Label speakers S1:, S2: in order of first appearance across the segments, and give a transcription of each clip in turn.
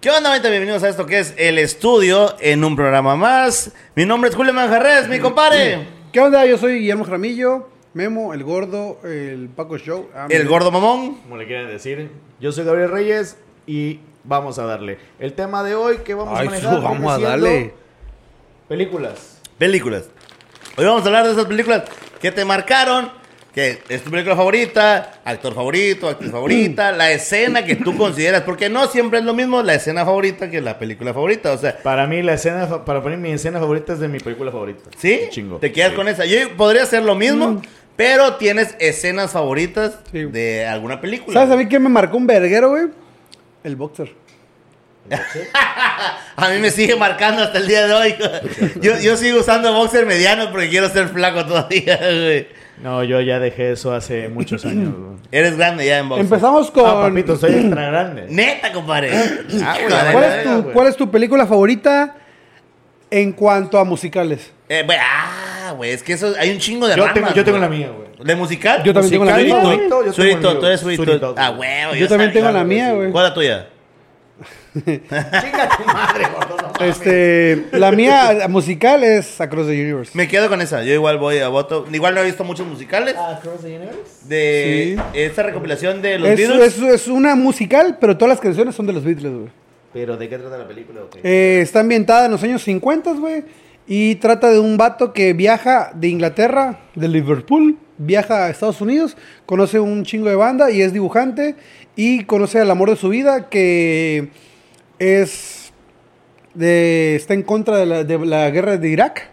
S1: ¿Qué onda, gente? Bienvenidos a esto que es El Estudio en un programa más. Mi nombre es Julio Manjarres, mi compadre.
S2: ¿Qué onda? Yo soy Guillermo Jaramillo, Memo, el gordo, el Paco Show. Ah,
S1: El
S2: mira.
S1: gordo mamón.
S3: como le quieran decir. Yo soy Gabriel Reyes y vamos a darle. El tema de hoy que vamos
S2: Ay,
S3: a manejar.
S2: su- vamos a
S3: viene
S2: darle.
S3: siendo Películas.
S1: Películas. Hoy vamos a hablar de esas películas que te marcaron, que es tu película favorita, actor favorito, actriz favorita, la escena que tú consideras, porque no siempre es lo mismo la escena favorita que la película favorita, o sea,
S3: Para mí la escena, fa- para mí mi escena favorita es de mi película favorita.
S1: ¿sí?
S3: Qué Chingo.
S1: Te quedas
S3: Sí.
S1: con esa. Yo podría ser lo mismo, pero tienes escenas favoritas
S2: Mm. Sí.
S1: de alguna película.
S2: ¿Sabes a mí quién me marcó un verguero, güey? El boxer.
S1: A mí me sigue marcando hasta el día de hoy. Yo, yo sigo usando boxer mediano porque quiero ser flaco todavía, güey.
S3: No, yo ya dejé eso hace muchos años. güey.
S1: Eres grande ya en boxer. Ah,
S2: Empezamos con.
S3: No, papito, soy extra grande.
S1: Neta, compadre.
S3: Ah,
S1: Hijo
S3: güey,
S1: de
S2: ¿Cuál
S1: la
S2: es,
S1: verga,
S2: tu,
S3: güey.
S2: cuál es tu película favorita en cuanto a musicales?
S1: Eh, güey, ah, güey, es que eso hay un chingo de
S3: Yo
S1: ramas,
S3: tengo, yo tengo la
S1: güey.
S3: mía, güey.
S1: ¿De musical?
S2: Yo también tengo la mía,
S1: Tú-
S2: güey.
S3: Yo tengo
S1: Surito,
S3: el mío.
S1: tú eres surito.
S3: Surito.
S1: Ah, güey.
S2: Yo también tengo la mía, güey.
S1: ¿Cuál es la tuya?
S3: Chinga tu madre, gordo. no mames.
S2: Este, la mía musical es Across the Universe.
S1: Me quedo con esa. Yo igual voy a voto. Igual no he visto muchos musicales.
S3: Ah, Cross the Universe.
S1: De
S2: sí.
S1: esta recopilación de los
S2: Es,
S1: Beatles.
S2: es, es una musical, pero todas las canciones son de los Beatles, güey.
S3: Pero ¿de qué trata la película? o qué?
S2: Eh, está ambientada en los años 50, güey. Y trata de un vato que viaja de Inglaterra, de Liverpool, viaja a Estados Unidos, conoce un chingo de banda y es dibujante. Y conoce al amor de su vida que es. De, está en contra de la, de la guerra de Irak.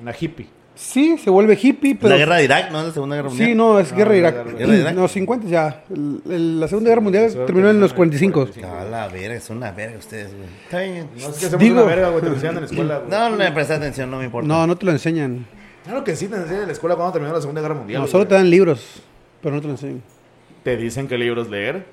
S3: Una hippie.
S2: Sí, se vuelve hippie, pero.
S1: la guerra de Irak, ¿no? La Segunda Guerra Mundial.
S2: Sí, no, es
S3: No,
S2: guerra de
S3: guerra
S2: Irak.
S3: de
S1: Irak. Guerra de
S2: En los 50 ya. El- el- la Segunda Guerra Mundial
S3: Segunda
S2: terminó en los
S3: terminó en el
S2: 45.
S3: 45.
S1: A la verga, es una verga ustedes, güey. Está bien.
S3: No, es que hacemos
S2: Digo-
S3: una verga, güey, te lo enseñan en la escuela, güey.
S1: No, no le presté atención, no me importa.
S2: No, no te lo enseñan.
S3: Claro que sí, te enseñan en la escuela cuando terminó la Segunda Guerra Mundial.
S2: No, solo te
S3: güey.
S2: dan libros, pero no te lo enseñan.
S3: Te dicen qué libros leer.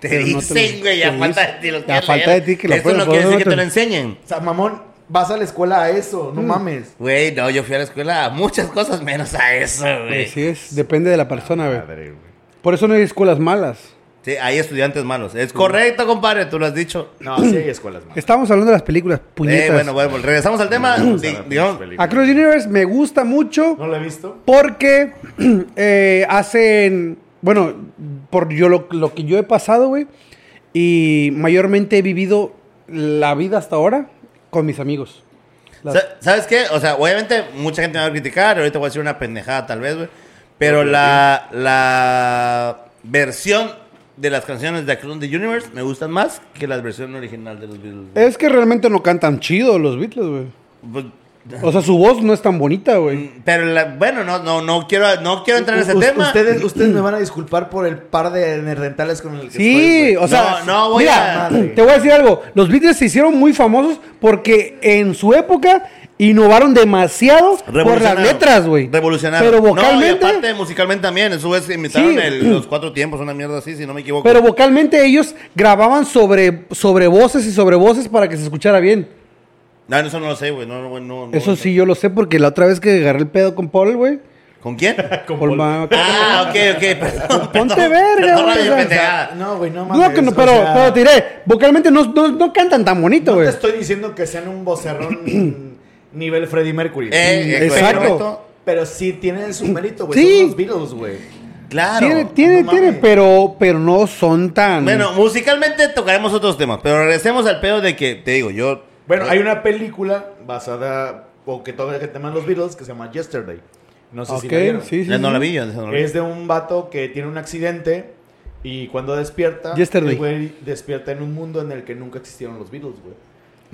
S1: Te
S2: Pero no te lo-
S1: dicen, güey, ya
S2: te
S1: falta
S2: dicen.
S1: de ti lo
S2: Ya
S1: quieres
S2: falta
S1: leer.
S2: de ti que lo
S1: Esto
S2: puedas
S1: no
S2: poner
S1: quiere decir que
S2: otro.
S1: te lo enseñen.
S3: O sea, mamón, vas a la escuela a eso,
S2: Mm.
S3: no mames.
S1: Güey, no, yo fui a la escuela a muchas cosas menos a eso, güey.
S2: Así Pues es, depende de la persona, güey.
S3: Madre, güey.
S2: Por eso no hay escuelas malas.
S1: Sí, hay estudiantes malos. Es correcto, compadre, tú lo has dicho.
S3: No, sí hay escuelas más.
S2: Estamos hablando de las películas, puñetas.
S1: Eh, bueno, bueno, regresamos al tema.
S3: Vamos
S1: Di-
S3: a ver
S1: digamos,
S3: películas.
S2: Across the Universe me gusta mucho
S3: No lo he visto.
S2: porque eh, hacen, bueno, por yo lo, lo que yo he pasado, güey, y mayormente he vivido la vida hasta ahora con mis amigos. Las-
S1: sa- ¿sabes qué? O sea, obviamente mucha gente me va a criticar. Ahorita voy a decir una pendejada, tal vez, güey. Pero la, la versión de las canciones de Across the Universe me gustan más que la versión original de los Beatles. güey.
S2: Es que realmente no cantan chido los Beatles, güey.
S1: Pues,
S2: O sea, su voz no es tan bonita, güey.
S1: Pero la- bueno, no, no, no quiero, no quiero entrar en ese
S3: U- u-
S1: tema.
S3: Ustedes, ustedes me van a disculpar por el par de nerdentales con el que
S2: Sí,
S3: estoy, güey.
S2: o sea,
S1: No, no voy
S2: mira,
S1: a-
S2: te voy a decir algo. Los Beatles se hicieron muy famosos porque en su época innovaron demasiado por las
S1: Revolucionaron.
S2: letras, güey.
S1: Revolucionaron.
S2: Pero
S1: No, y aparte
S2: vocalmente,
S1: musicalmente también. En su vez imitaron
S2: Sí.
S1: el- los cuatro tiempos, una mierda así, si no me equivoco.
S2: pero vocalmente ellos grababan sobre, sobre voces y sobre voces para que se escuchara bien.
S1: No, eso no lo sé, güey. No, no, no, no
S2: Eso
S1: lo sé.
S2: sí, yo lo sé porque la otra vez que agarré el pedo con Paul, güey.
S1: ¿Con quién?
S3: Con
S2: Paul
S3: Paul.
S2: Ma-
S1: ah, ok, ok. Perdón,
S2: Ponte
S1: perdón,
S2: verga,
S1: perdón,
S2: güey,
S1: radio Eh,
S2: o sea, mm,
S1: pendejada.
S3: Ah, No, güey, no mames.
S2: No, que no,
S3: o
S2: pero,
S3: sea,
S2: pero te diré, vocalmente no, no, no cantan tan bonito,
S3: No
S2: güey.
S3: te estoy diciendo que sean un vocerrón nivel Freddie Mercury.
S1: Eh, eh,
S2: Exacto.
S1: correcto.
S3: Pero sí tienen su mérito, güey.
S2: Sí.
S3: Son los Beatles, güey.
S1: Claro.
S2: Tiene, tiene,
S3: no
S2: tiene,
S3: mames.
S2: pero, pero no son tan...
S1: Bueno, musicalmente tocaremos otros temas. Pero regresemos al pedo de que, te digo, yo.
S3: Bueno,
S2: Eh.
S3: hay una película basada, o que toca el tema de los Beatles, que se llama Yesterday. No sé si
S2: Ok,
S3: la vieron.
S2: sí, sí,
S1: Ya no
S2: sí.
S1: la vi, yo esa no la vi.
S3: Es de un vato que tiene un accidente y cuando despierta,
S2: Yesterday.
S3: el güey despierta en un mundo en el que nunca existieron los Beatles, güey.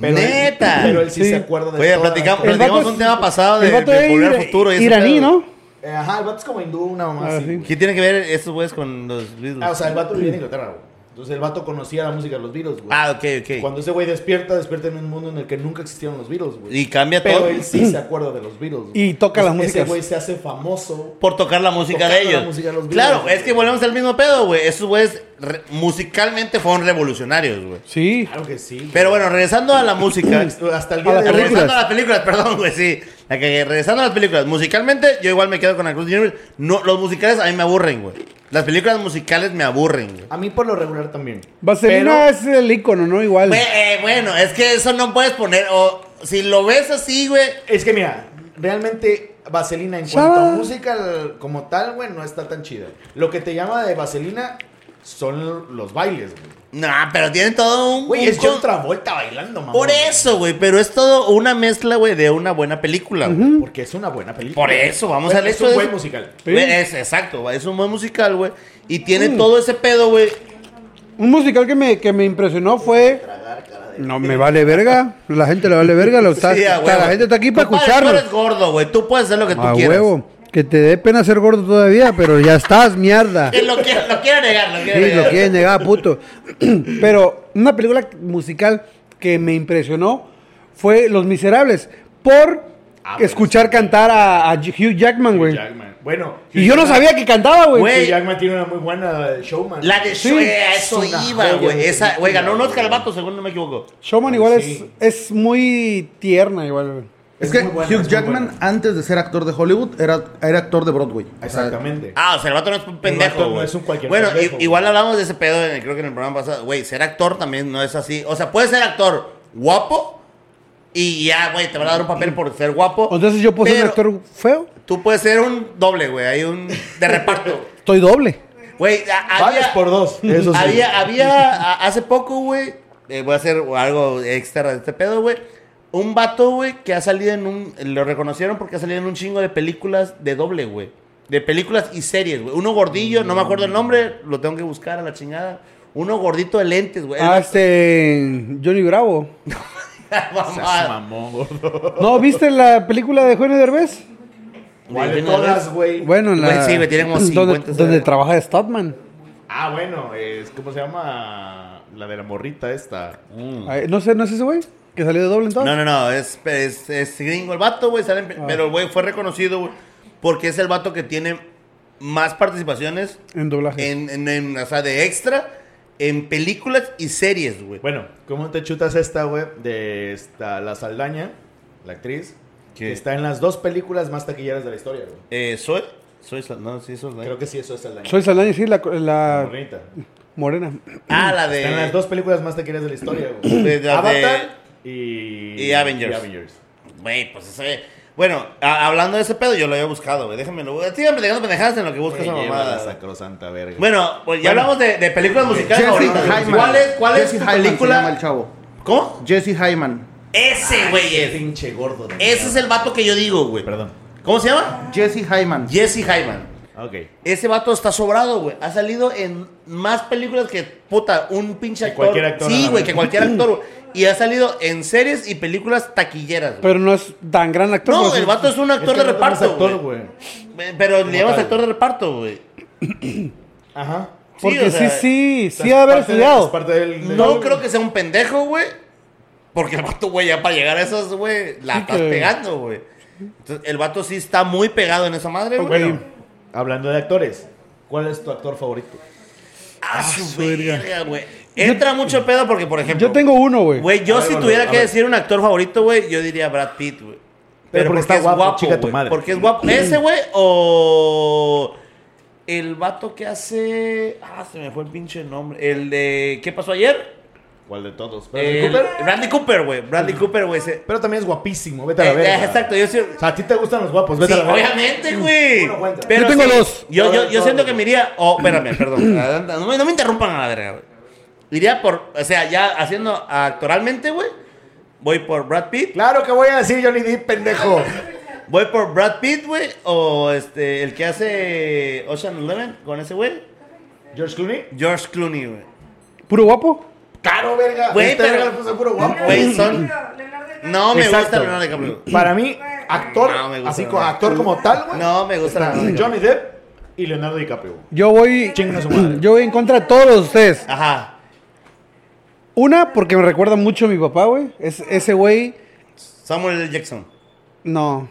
S3: Pero
S1: ¡Neta!
S3: Él, pero él sí,
S2: Sí.
S3: se acuerda de
S1: Oye,
S3: todas las
S1: platicamos,
S3: cosas.
S2: El vato
S1: platicamos
S2: es-
S1: un tema pasado de,
S2: El vato
S1: de
S2: es
S1: volver al
S2: ira-
S1: futuro. y ese
S2: iraní,
S1: pedo.
S2: ¿no?
S3: Eh, Ajá, el vato es como hindú, una mamá
S2: Ah,
S3: así,
S2: sí.
S3: güey.
S1: ¿Qué tiene que ver estos güeyes con los Beatles?
S3: Ah, o sea, el vato vivía en Inglaterra, güey. Entonces el vato conocía la música de los Beatles, güey.
S1: Ah, ok, ok.
S3: Cuando ese güey despierta, despierta en un mundo en el que nunca existieron los Beatles, güey.
S1: Y cambia
S3: Pero
S1: todo
S3: él sí se acuerda de los Beatles. güey.
S2: Y toca las
S3: Ese
S2: músicas.
S3: güey se hace famoso.
S1: por tocar la música
S3: Tocando
S1: de ellos.
S3: la música de los Beatles,
S1: claro,
S3: güey.
S1: es que volvemos al mismo pedo, güey. Esos güeyes re- musicalmente fueron revolucionarios, güey.
S2: Sí.
S3: Claro que sí. güey.
S1: Pero bueno, regresando a la música.
S3: hasta el día
S2: A
S3: de
S2: las
S3: hoy.
S1: regresando a las películas, perdón, güey, sí. La que, regresando a las películas, musicalmente yo igual me quedo con la Cruz Universe. No, los musicales a mí me aburren, güey. Las películas musicales me aburren. güey.
S3: A mí por lo regular también.
S2: Vaselina es el icono, ¿no? Igual.
S1: Bue- eh, bueno, es que eso no puedes poner. O si lo ves así, güey.
S3: Es que mira, realmente Vaselina en cuanto a
S2: Chava.
S3: música l- como tal, güey, no está tan chida. Lo que te llama de Vaselina son los bailes, güey.
S1: No, pero tiene todo un.
S3: Güey,
S1: un
S3: es
S1: con-
S3: John Travolta bailando, mamá.
S1: Por eso, güey. Pero es todo una mezcla, güey, de una buena película. güey.
S3: Porque es una buena película.
S1: Por eso, vamos
S3: Güey,
S1: al
S3: es
S1: hecho
S3: un
S1: de
S3: buen
S1: eso.
S3: musical.
S2: Sí.
S1: Güey, es, exacto, güey, es un buen musical, güey. Y tiene
S2: Mm.
S1: todo ese pedo, güey.
S2: Un musical que me, que me impresionó fue. No me vale verga. La gente le vale verga. lo está-
S1: Sí, a
S2: está-
S1: huevo.
S2: la gente está aquí para
S1: Compadre, Tú eres
S2: escucharnos.
S1: gordo, güey. Tú puedes hacer lo que tú
S2: A
S1: quieras.
S2: huevo. Que te dé pena ser gordo todavía, pero ya estás, mierda.
S1: Que Eh, lo quiero, lo quiero negar, lo quiero
S2: Sí,
S1: negar.
S2: lo quieren negar, puto. Pero una película musical que me impresionó fue Los Miserables. Por
S3: Ah, pues.
S2: escuchar cantar a, a Hugh Jackman, güey.
S3: Jackman. Bueno.
S2: Y yo no sabía que cantaba,
S1: Güey.
S2: güey.
S3: Hugh Jackman tiene una muy buena showman.
S1: La de
S2: Sí.
S1: Shrek, a eso
S3: Es una
S1: iba,
S3: joya
S1: güey.
S3: de
S1: Esa, güey, ganó un
S3: película,
S1: Oscar al
S3: güey.
S1: vato, según no me equivoco.
S2: Showman igual
S1: Pues
S2: es-
S3: Sí.
S2: es, muy tierna, igual, güey.
S4: Es,
S3: Es
S4: que
S3: muy buena,
S4: Hugh
S3: es muy
S4: Jackman,
S3: buena.
S4: antes de ser actor de Hollywood, era, era actor de Broadway. O sea,
S3: Exactamente.
S1: Ah, o sea, el vato no es un pendejo.
S3: vato no
S1: güey.
S3: es un cualquier
S1: bueno, i-
S3: pendejo,
S1: igual
S3: güey.
S1: hablamos de ese pedo, en el- creo que en el programa pasado. Güey, ser actor también no es así. O sea, puedes ser actor guapo y ya, güey, te van a dar un papel por ser guapo.
S2: Entonces yo puedo ser un
S1: pero
S2: actor feo.
S1: Tú puedes ser un doble, güey. Hay un de reparto.
S2: Estoy doble.
S1: Güey, a-
S3: Vales
S1: había,
S3: por dos. Eso sí.
S1: había, había a- hace poco, güey, eh, voy a hacer algo extra de este pedo, güey. Un vato, güey, que ha salido en un, lo reconocieron porque ha salido en un chingo de películas de doble, güey. De películas y series, güey. Uno gordillo, no me acuerdo el nombre, lo tengo que buscar a la chingada. Uno gordito de lentes, güey.
S2: Ah, este. Johnny Bravo.
S3: Seas
S1: Mamá.
S3: mamón, gordo.
S2: ¿No viste la película de Juan Derbez?
S3: ¿Cuál de
S1: Eugenio
S3: todas,
S1: Derbez.
S3: güey?
S2: Bueno, en la.
S1: Güey, sí, güey, tiene como
S2: donde-
S1: 50,
S2: Donde,
S1: ¿sabes?
S2: trabaja Statman.
S3: Ah, bueno, es ¿cómo se llama? La de la morrita esta. Mm.
S2: Ay, No sé, no es ese güey. Que salió de doble entonces.
S1: Mm. No, no, no, es, es, es gringo el vato, güey. sale en pe- Pero el güey fue reconocido, güey, porque es el vato que tiene más participaciones
S2: En doblaje.
S1: en, en, en- o sea, de extra en películas y series, güey.
S3: Bueno, ¿cómo te chutas esta, güey? De esta, la Saldaña, la actriz,
S1: ¿Qué?
S3: que está en las dos películas más taquilleras de la historia, güey.
S1: Eh, soy, soy, Sal- no, sí, soy.
S3: Creo que sí, eso es Saldaña.
S2: Soy Saldaña, sí, la,
S3: La
S2: la
S3: morrita.
S2: morena.
S1: Ah, la
S3: Está en las
S1: de,
S3: dos películas más taquilleras de la historia,
S1: De-
S3: güey.
S1: de-
S3: Avatar y...
S1: y Avengers. güey, pues ese. Bueno, a- hablando de ese pedo, yo lo había buscado, güey. Déjenme, lo, síganme dejando pendejadas en lo que busco
S3: Busca
S1: esa
S3: mamada.
S1: mamada.
S3: sacrosanta verga.
S1: Bueno, pues ya
S4: Bueno.
S1: hablamos de, de películas musicales
S4: Jesse
S1: favoritas.
S4: Hyman.
S1: ¿Cuál es, cuál es tu
S4: Jesse Hyman se llama el
S1: película?
S4: chavo.
S1: ¿Cómo?
S4: Jesse Hyman.
S1: Ese, güey.
S3: Qué
S1: es.
S3: pinche gordo. de
S1: Ese es
S3: mierda.
S1: el vato que yo digo, güey.
S3: Perdón.
S1: ¿Cómo se llama?
S4: Jesse Hyman.
S1: Jesse Hyman.
S3: Ok.
S1: Ese vato está sobrado, güey. Ha salido en más películas que, puta, un pinche
S3: Que
S1: actor.
S3: cualquier actor, a
S1: Sí,
S3: la
S1: güey,
S3: vez.
S1: que cualquier actor. güey. Y ha salido en series y películas taquilleras, güey.
S2: Pero no es tan gran actor.
S1: No,
S2: pero
S1: el
S2: sí-
S1: vato es un actor
S3: Es que
S1: de
S3: no tomas
S1: reparto,
S3: actor,
S1: güey.
S3: güey.
S1: Pero le llamas
S3: tal.
S1: actor de reparto, güey.
S3: Ajá.
S2: Porque
S1: o sea,
S2: sí, sí,
S3: O sea,
S2: sí, ha de haber
S3: parte de- es
S2: estudiado.
S3: parte del- del-
S1: No creo que sea un pendejo, güey. Porque el vato, güey, ya para llegar a esas, güey, la
S2: Sí
S1: estás
S2: que-
S1: pegando, güey. Entonces, el vato sí está muy pegado en esa madre, güey.
S3: Bueno, hablando de actores, ¿cuál es tu actor favorito?
S1: Ah, su verga, güey. Entra mucho pedo porque, por ejemplo...
S2: Yo tengo uno, güey.
S1: Güey, yo
S3: A ver,
S1: si
S3: Gordo,
S1: tuviera
S3: a
S1: que
S3: ver.
S1: decir un actor favorito, güey, yo diría Brad Pitt, güey. Pero,
S3: porque
S1: porque,
S3: está
S1: es
S3: guapo,
S1: guapo,
S3: chica tu
S1: güey.
S3: madre.
S1: Porque es guapo. ¿Ese, güey? O el vato que hace... Ah, se me fue el pinche nombre. El de... ¿Qué pasó ayer?
S3: ¿Cuál de todos?
S1: El- Randy Cooper, güey. Randy Cooper, güey. ese-
S3: Pero también es guapísimo, vete a la
S1: Eh, eh,
S3: verga.
S1: Exacto, yo sí...
S3: O sea, a ti te gustan los guapos,
S1: Sí,
S3: vete a la verga.
S1: obviamente, güey.
S3: Bueno, cuenta.
S1: Pero
S2: Yo tengo
S1: sí,
S2: dos.
S1: Yo, yo,
S3: Ahora,
S1: yo
S3: ahora,
S1: siento
S3: ahora.
S1: que me iría. Oh, espérame, perdón. Adelanta, No me, no me interrumpan a la verga, güey. Iría por. O sea, ya haciendo ah, actoralmente, güey. Voy por Brad Pitt.
S3: Claro que voy a decir Johnny Depp, pendejo.
S1: Voy por Brad Pitt, güey. O este, el que hace Ocean Eleven con ese güey.
S3: ¿George Clooney?
S1: George Clooney, güey.
S2: Puro guapo.
S3: Claro, verga.
S1: Güey,
S3: Este
S1: pero-
S3: verga le puso puro guapo.
S1: Güey, son. No me gusta
S3: Exacto.
S1: Leonardo DiCaprio.
S3: Para mí, actor,
S1: No, me gusta
S3: así como
S1: Leonardo.
S3: actor como tal, güey.
S1: No me gusta Leonardo DiCaprio.
S3: Johnny Depp y Leonardo DiCaprio.
S2: Yo voy.
S3: Chinguen a su madre.
S2: Yo voy en contra de todos ustedes.
S1: Ajá.
S2: Una, porque me recuerda mucho a mi papá, güey. Es, ese güey.
S1: Samuel L. Jackson.
S2: No.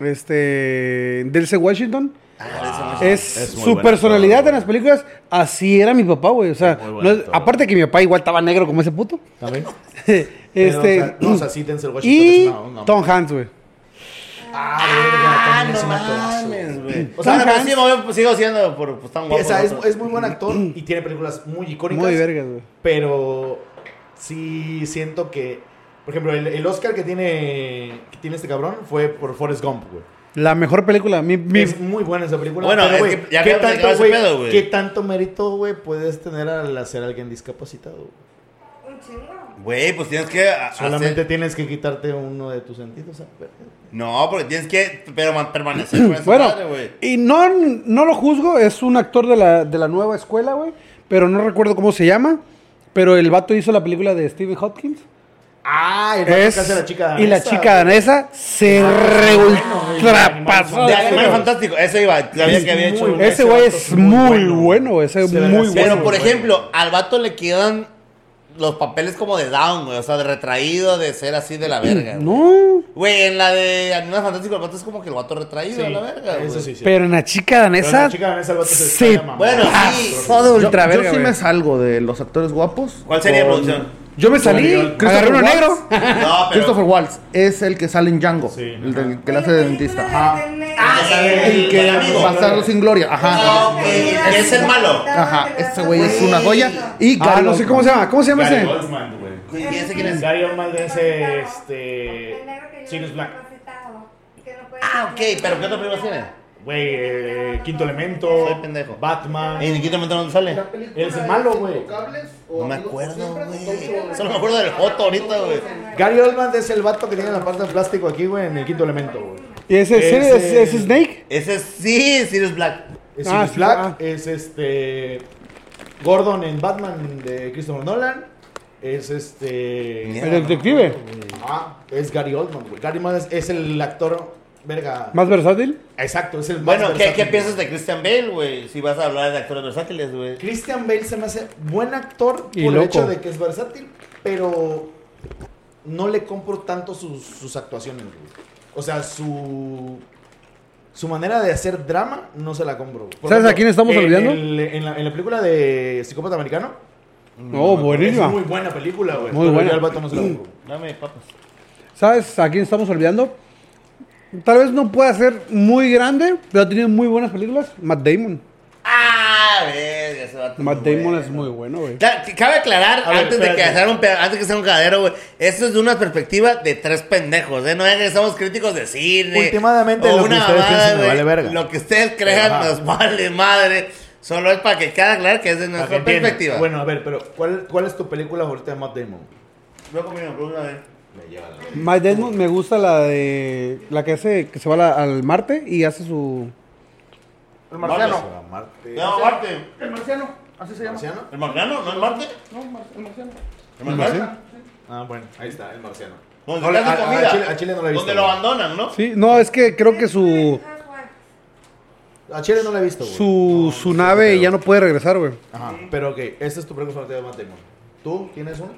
S2: Este. Delce Washington.
S1: Ah,
S2: es,
S3: es muy
S2: su
S3: buen
S2: personalidad
S3: actor,
S2: en las películas. Así era mi papá, güey. O sea,
S3: Es muy buen
S2: no-
S3: actor.
S2: aparte que mi papá igual estaba negro como ese puto.
S3: ¿También?
S2: este.
S3: No, o sea, sí, Denzel Washington
S2: y
S3: es una- una-
S2: Tom Hanks, güey.
S3: Ah, verga, también es un actorazo.
S1: mames, güey. O
S3: Tom
S1: sea, pero
S3: Hanks.
S1: sí, me voy- sigo siendo por, pues, tan guapo.
S3: O sea, es,
S1: ¿no?
S3: es muy buen actor y tiene películas muy icónicas.
S2: Muy vergas, güey.
S3: Pero sí siento que. Por ejemplo, el, el Oscar que tiene, que tiene este cabrón fue por Forrest Gump, güey.
S2: La mejor película. Mi, mi-
S3: Es muy buena esa película.
S1: Bueno,
S3: pero,
S1: es
S3: güey,
S1: que ya
S3: ¿qué,
S1: habíamos
S3: tanto,
S1: llegado a ese
S3: güey,
S1: pedo, güey.
S3: ¿qué tanto mérito, güey, puedes tener al hacer a alguien discapacitado? güey?
S5: Un chingo.
S1: Güey, pues tienes que.
S2: Ah,
S1: a-
S3: Solamente
S1: hacer-
S3: tienes que quitarte uno de tus sentidos. ¿sabes?
S1: No, porque tienes que pero, man- permanecer con esa
S2: Bueno,
S1: madre, güey.
S2: Pues y no, no lo juzgo, es un actor de la, de la nueva escuela, güey. Pero no recuerdo cómo se llama. Pero el vato hizo la película de Stephen Hopkins.
S3: Ah, el
S2: Es-
S3: que hace a la chica
S2: y la
S3: danesa,
S2: chica
S3: güey.
S2: danesa Ah, se
S3: bueno, el animal
S2: reultrapasó.
S1: De
S3: Ah,
S1: Animal
S3: pero-
S1: Fantástico, eso iba. Sabía
S3: Es
S1: que había
S3: muy
S1: hecho.
S3: bueno.
S1: un-
S2: Ese güey
S3: vato
S2: es muy bueno, güey, ese es
S3: Se ve
S2: muy
S3: así,
S2: bueno,
S1: Pero, por
S3: güey.
S1: ejemplo, al vato le quedan los papeles como de down, güey. O sea, de retraído, de ser así de la verga. güey.
S2: Mm, No,
S1: Güey, en la de Animal Fantástico, el vato es como que el vato retraído a
S3: Sí,
S1: la verga, güey.
S3: Eso sí, sí.
S2: pero en la chica
S3: Pero
S2: danesa.
S3: la chica danesa, el vato se Ah,
S2: sí.
S3: está llamando.
S1: Bueno, sí.
S2: pasó de
S4: Yo,
S2: ultra
S4: yo
S2: verga,
S4: sí
S2: güey.
S4: me salgo de los actores guapos.
S1: ¿Cuál sería
S4: Con-
S1: producción?
S2: Yo me salí,
S4: Christopher
S2: agarré uno
S4: Waltz.
S2: negro.
S1: No,
S4: Christopher Waltz es el que sale en Django,
S3: Sí,
S4: el del- que le hace de dentista.
S1: Ah, el
S4: El que
S1: amigo.
S4: pasarlo sin gloria,
S1: Ah,
S4: ajá.
S1: ok. Es el malo.
S4: Ajá, ese güey es una joya. Y
S2: Ah,
S4: Gary
S2: no sé cómo se llama, ¿cómo se llama
S3: Gary
S2: ese?
S3: Oldman, güey.
S1: ¿Y ese quién es?
S3: Gary Oldman es este. Sirius Black.
S1: Ah, ok, pero ¿qué otras películas tiene?
S3: Güey, eh, Quinto Elemento.
S1: Soy pendejo.
S3: Batman.
S1: ¿En qué momento dónde sale?
S3: Él es el malo, güey.
S1: No me acuerdo, güey. Solo me acuerdo del Joto ahorita, güey.
S3: Gary Oldman es el vato que tiene la parte de plástico aquí, güey, en el Quinto Elemento, güey.
S2: ¿Y ese, ese,
S3: Ese-
S2: ese- ese Snake?
S1: Ese sí, Sirius Black.
S3: Es
S2: Ah,
S3: Sirius
S2: sí,
S3: Black.
S2: ah.
S3: Es este. Gordon en Batman de Christopher Nolan. Es este.
S1: Mierda.
S2: El detective.
S3: Ah, es Gary Oldman, güey. Gary Oldman es, es el actor. Verga.
S2: Más versátil.
S3: Exacto, es el más
S1: Bueno, ¿qué,
S3: versátil,
S1: ¿qué
S3: güey.
S1: piensas de Christian Bale, güey? Si vas a hablar de actores versátiles, güey.
S3: Christian Bale se me hace buen actor
S2: Y
S3: por
S2: loco.
S3: el hecho de que es versátil, pero no le compro tanto sus, sus actuaciones, güey. O sea, su su manera de hacer drama no se la compro. güey. Por
S2: ¿Sabes a quién estamos
S3: en
S2: olvidando?
S3: el- en, la, en la película de Psicópata Americano.
S2: No, Oh, buenísima.
S3: Es muy buena película, güey.
S2: Muy
S3: pero
S2: buena.
S3: yo al vato no se la compro.
S1: Dame papas.
S2: ¿Sabes a quién estamos olvidando? Tal vez no pueda ser muy grande, pero tiene muy buenas películas. Matt Damon.
S1: Ah, verga, ese vato.
S2: Matt
S1: güey.
S2: Damon es muy bueno, güey.
S1: Ca- Cabe aclarar,
S3: A ver,
S1: antes, de que
S3: espérate.
S1: hacer un pe- antes de que sea un cadero, güey, esto es de una perspectiva de tres pendejos, ¿eh? No es que somos críticos de cine.
S3: Últimamente,
S1: o
S3: lo que ustedes piensen me
S1: güey.
S3: vale verga.
S1: Lo que ustedes crean
S3: Ajá.
S1: nos vale madre. Solo es para que quede aclarar que es de
S3: Para que
S1: nuestra
S3: entiendan.
S1: perspectiva.
S3: Bueno, a ver, pero ¿cuál, ¿cuál es tu película favorita de Matt Damon?
S1: yo comí una pluma, ¿eh?
S3: Me lleva la...
S2: Matt Damon me gusta la de. La que hace. Que se va a la- al Marte y hace su.
S4: El marciano.
S3: Martes, Marte.
S1: No, Marte.
S4: El marciano, así se llama.
S3: ¿Marciano?
S1: ¿El marciano? ¿No es Marte?
S4: No, mar- el marciano.
S1: ¿El marciano?
S3: Ah, bueno, ahí está, el marciano.
S1: Donde
S3: No,
S1: le
S3: a-
S1: hacen
S3: a- a
S1: comida.
S3: Chile- a Chile no la he visto,
S1: Donde lo
S3: güey.
S1: abandonan, ¿no?
S2: Sí, no, es que creo que su.
S3: A Chile no la he visto, güey.
S2: Su, su nave ya no puede regresar, güey.
S3: Ajá, pero ok, esta es tu pregunta favorita de Matt Damon. ¿Tú tienes una?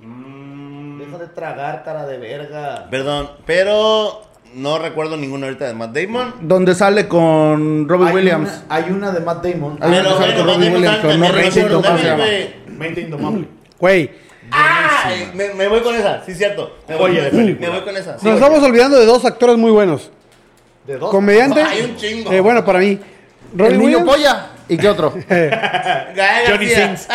S1: Mm,
S3: Deja de tragar, cara de verga.
S1: Perdón, pero no recuerdo ninguna ahorita de Matt Damon.
S4: Donde sale con Robbie
S3: Hay
S4: Williams.
S3: una- hay una de Matt Damon.
S4: Hay Ah, una
S1: Pero,
S4: no,
S1: bueno,
S4: con
S1: Matt
S4: Robin
S1: Damon
S4: Williams,
S1: también
S4: no
S1: recuerdo,
S4: recuerdo cómo se
S1: también,
S4: llama.
S1: güey.
S3: Mente Indomable.
S2: Güey,
S1: Ah, me, me voy con esa, sí, cierto. Me voy,
S3: Oye, de película.
S1: me voy con esa. sí,
S2: nos
S1: oye.
S2: estamos olvidando de dos actores muy buenos.
S3: De dos.
S2: Comediante.
S1: Hay un chingo.
S2: eh, bueno, para mí. Robin
S4: el niño
S2: Williams,
S4: polla. ¿Y qué otro?
S1: Gael
S3: Johnny
S1: García.
S3: Sins.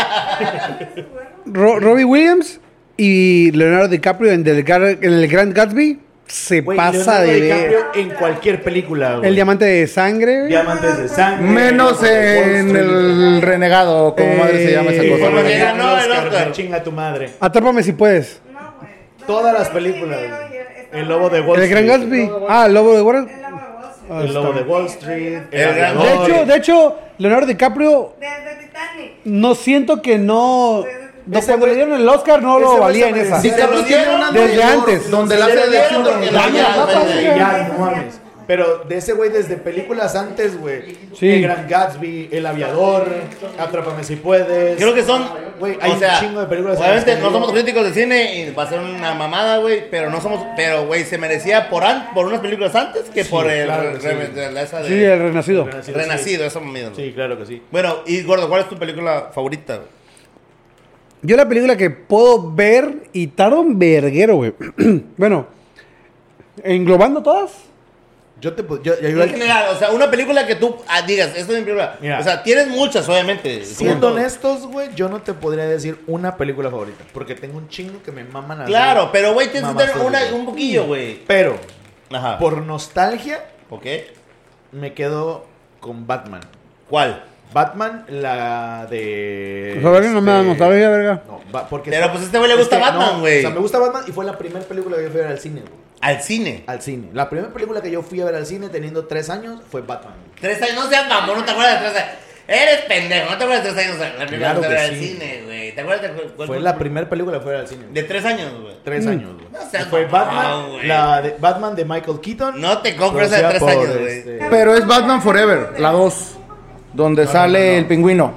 S2: Ro- Robbie Williams y Leonardo DiCaprio en, Del Gar- en el Grand Gatsby se
S3: Güey,
S2: pasa
S3: Leonardo
S2: de ver.
S3: DiCaprio En cualquier película, güey.
S2: El diamante de sangre, güey.
S3: Diamantes de sangre.
S4: Menos en el renegado, como madre se llama esa
S2: Eh,
S1: Como
S4: cosa.
S1: que ganó el Oscar.
S3: Chinga tu madre.
S2: Atrápame si puedes.
S3: Todas las películas. El lobo de Wall
S2: El Gran
S3: Street.
S2: Gatsby. Ah, el lobo de Warren.
S5: El lobo de Wall Street.
S2: Ah, está.
S3: El lobo de Wall Street.
S1: El gran-
S2: De hecho, de hecho, Leonardo DiCaprio
S5: Desde Titanic.
S2: no siento que no. no
S3: Ese
S2: cuando
S3: güey-
S2: le dieron el Oscar no
S3: ese
S2: lo
S3: güey
S2: valía
S3: se
S2: en
S3: merecía
S2: esa.
S1: Sí,
S4: DiCaprio
S1: se lo
S4: tiene
S1: dieron
S4: una
S2: desde
S4: de-
S2: antes.
S4: Donde la
S1: Se
S4: hace
S1: lo
S4: de
S1: dieron
S4: Hilda.
S1: porque la
S4: Dame las
S1: llama,
S4: papas,
S1: güey.
S4: hija.
S3: Ya, no mames. Pero de ese güey desde películas antes, güey.
S2: Sí.
S3: El Gran Gatsby, El Aviador, Atrápame si puedes.
S1: Creo que son.
S3: Güey, hay
S1: o sea,
S3: un chingo de películas. en
S1: Obviamente
S3: las que
S1: no somos
S3: digo,
S1: críticos de cine y va a ser una mamada, güey. Pero no somos. Pero, güey, se merecía por, an- por unas películas antes que por el.
S3: claro que
S1: re-
S3: sí.
S1: de la esa de-
S2: Sí, el renacido.
S3: Renacido,
S1: Renacido, esa mamada.
S3: Sí, claro que sí.
S1: Bueno, y gordo, ¿cuál es tu película favorita? güey?
S2: Yo la película que puedo ver y tardo un verguero, güey. bueno, ¿Englobando todas?
S3: Yo te pod- yo- yo- yo-
S1: En general, o sea, una película que tú ah, digas, esta es mi película.
S3: Mira.
S1: O sea, tienes muchas, obviamente.
S3: siendo
S1: Como-
S3: honestos, güey, yo no te podría decir una película favorita. Porque tengo un chingo que me maman a
S1: Claro, pero güey, tienes que tener
S3: Mamazón,
S1: una,
S3: güey.
S1: un poquillo, güey.
S3: Pero,
S1: Ajá.
S3: por nostalgia,
S1: ¿Ok?
S3: me quedo con Batman.
S1: ¿Cuál?
S3: Batman, la de.
S2: Pues a ver, no me da
S3: este,
S2: nostalgia, verga.
S3: No, va- porque.
S1: Pero, pues, a este güey le gusta Batman,
S3: no,
S1: güey.
S3: o sea, me gusta Batman y fue la primera película que yo fui a ver al cine, güey.
S1: Al cine.
S3: Al cine. La primera película que yo fui a ver al cine teniendo tres años fue Batman. güey.
S1: Tres años, no seas mamón, no te acuerdas de tres años. Eres pendejo, no te acuerdas de tres años. La primera
S3: Claro
S1: vez que
S3: que
S1: era al
S3: sí.
S1: cine, güey. ¿Te acuerdas de cu- cuál
S3: Fue
S1: fue?
S3: la primera película que fui a ver al cine. güey.
S1: De tres años, güey.
S3: tres años, güey.
S1: No seas
S3: fue
S1: mamón,
S3: Batman,
S1: güey.
S3: la de Batman de Michael Keaton.
S1: No te compro esa de
S3: producida
S1: tres
S3: por,
S1: años, güey.
S3: este,
S4: Pero es Batman Forever, la 2. Donde sale el pingüino.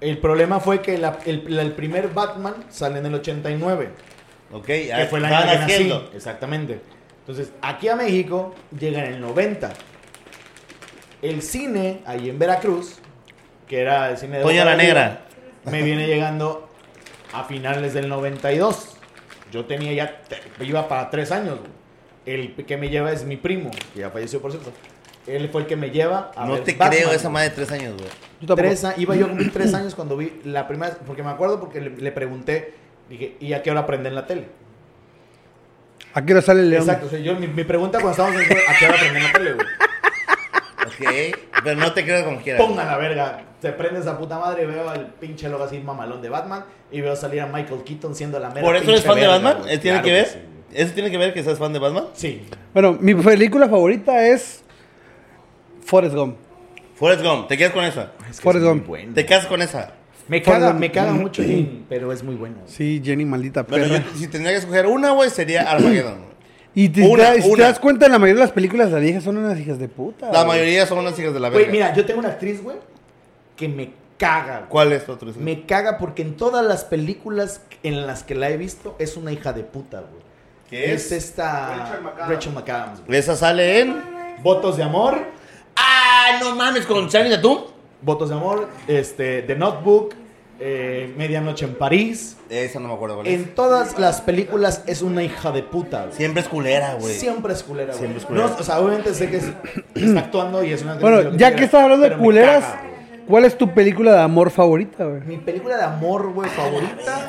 S3: El problema fue que la- el, la- el primer Batman sale en el 89.
S1: Ok,
S3: que
S1: ya
S3: fue el
S1: estaban
S3: año que nací.
S1: haciendo.
S3: Exactamente. Entonces, aquí a México llega en el 90. El cine, ahí en Veracruz, que era el cine de...
S1: Toña
S3: Boca
S1: la
S3: de
S1: Negra.
S3: Arriba, Me viene llegando a finales del 92. Yo tenía ya... te- Iba para tres años. güey. El que me lleva es mi primo, que ya falleció, por cierto. Él fue el que me lleva a
S1: No
S3: ver
S1: te
S3: Batman,
S1: creo
S3: güey.
S1: esa madre de tres años, güey.
S2: Yo tampoco.
S3: Tres a- iba yo a cumplir tres años cuando vi la primera, porque me acuerdo porque le, le pregunté, dije, ¿y a qué hora prenden la tele?
S2: ¿A qué hora sale el león?
S3: Exacto, o sea, yo, mi, mi pregunta cuando estábamos en ¿a qué hora prenden la tele, güey?
S1: Ok, pero no te creo como quieras.
S3: Pongan la verga, se prende esa puta madre, veo al pinche logo así mamalón de Batman y veo salir a Michael Keaton siendo la mera
S1: ¿Por eso
S3: pinche
S1: eres fan de
S3: verga,
S1: Batman?
S3: güey.
S1: ¿Eh, ¿Tiene
S3: Claro
S1: que ver?
S3: sí, güey.
S1: ¿Eso tiene que ver que seas fan de Batman?
S3: Sí,
S2: Bueno, mi película favorita es Forrest Gump.
S1: Forrest Gump, ¿te quedas con esa?
S3: es
S2: Forrest
S3: muy
S2: Gump.
S3: buena.
S1: ¿Te quedas con esa?
S3: Me caga,
S2: Forrest
S3: me
S2: Gump.
S3: caga mucho, Jim, pero es muy buena. güey.
S2: Sí, Jenny, maldita
S1: Bueno,
S2: perra.
S1: yo- si tendría que escoger una, güey, sería Armageddon. güey.
S2: Y te,
S1: Una,
S2: da- si te
S1: una.
S2: das cuenta, la mayoría de las películas de las viejas son unas hijas de puta.
S1: La
S2: güey.
S1: mayoría son las hijas de la verga.
S3: Güey, mira, yo tengo una actriz, güey, que me caga, güey.
S1: ¿Cuál es tu otro?
S3: Me caga porque en todas las películas en las que la he visto es una hija de puta, güey.
S1: ¿Qué es?
S3: esta Rachel McAdams, güey.
S1: Esa sale en...
S3: Votos de amor,
S1: ¡Ah, no mames! ¿Con Charlie Tatum?
S3: Votos de amor, este The Notebook, eh, Medianoche en París.
S1: Esa no me acuerdo cuál es.
S3: En todas las películas es una hija de puta, güey.
S1: Siempre es culera, güey.
S3: Siempre es culera, güey.
S1: Siempre es culera.
S3: No, o sea, obviamente sé que es- está actuando y es una
S2: Bueno, ya que estás hablando de
S3: pero me
S2: culeras,
S3: caga, güey.
S2: ¿cuál es tu película de amor favorita, güey?
S3: Mi película de amor, güey, favorita.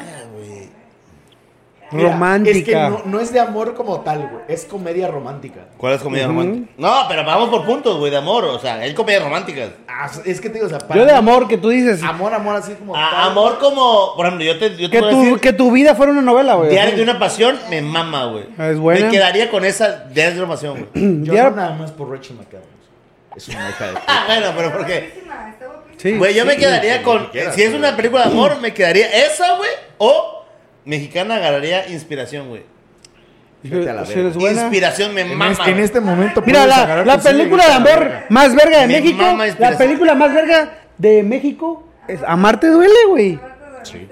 S3: Mira, Es que
S2: Romántica.
S3: no, no es de amor como tal, güey. Es comedia romántica.
S1: ¿Cuál es comedia
S2: Ujú.
S1: romántica? No, pero vamos por puntos, güey, de amor. O sea, hay comedias románticas.
S3: Ah, es que te digo, o sea, para
S2: Yo de
S3: mí, Ah,
S2: amor que tú dices,
S3: Amor, amor, así como.
S1: A-
S3: tal.
S1: Ah, amor como... Por ejemplo, yo te, yo te
S2: que
S3: pues
S1: voy a
S2: tu,
S1: decir,
S2: que tu vida fuera una novela, güey.
S1: Diario de una pasión me mama, güey.
S2: Ah, Es buena.
S1: Me quedaría con esa Diario de una pasión, güey.
S3: Yo
S2: Diario-
S3: no nada más por Rachel McAdams. Es una hija de.
S1: ah, bueno, pero ¿por qué?
S5: guapísima, está guapísima.
S2: Sí.
S1: Güey, yo me
S3: sí,
S1: quedaría
S3: lo
S1: con.
S3: que quieras,
S1: si es
S3: güey.
S1: una película de amor, me quedaría esa, güey. O mexicana agarraría inspiración, güey.
S3: Vete a la
S2: Si
S3: verga.
S2: eres buena.
S1: Inspiración me
S3: En,
S1: mama.
S3: este, en
S1: güey.
S3: este momento.
S2: Mira,
S3: puedes
S2: la,
S3: agarrar
S2: la
S3: tu cine y
S2: película de
S3: vete a la
S2: amor
S3: verga.
S2: más verga de
S1: Mi
S2: México,
S1: mamá
S2: la
S1: inspiración.
S2: película más verga de México es Amarte duele, güey.
S5: Sí.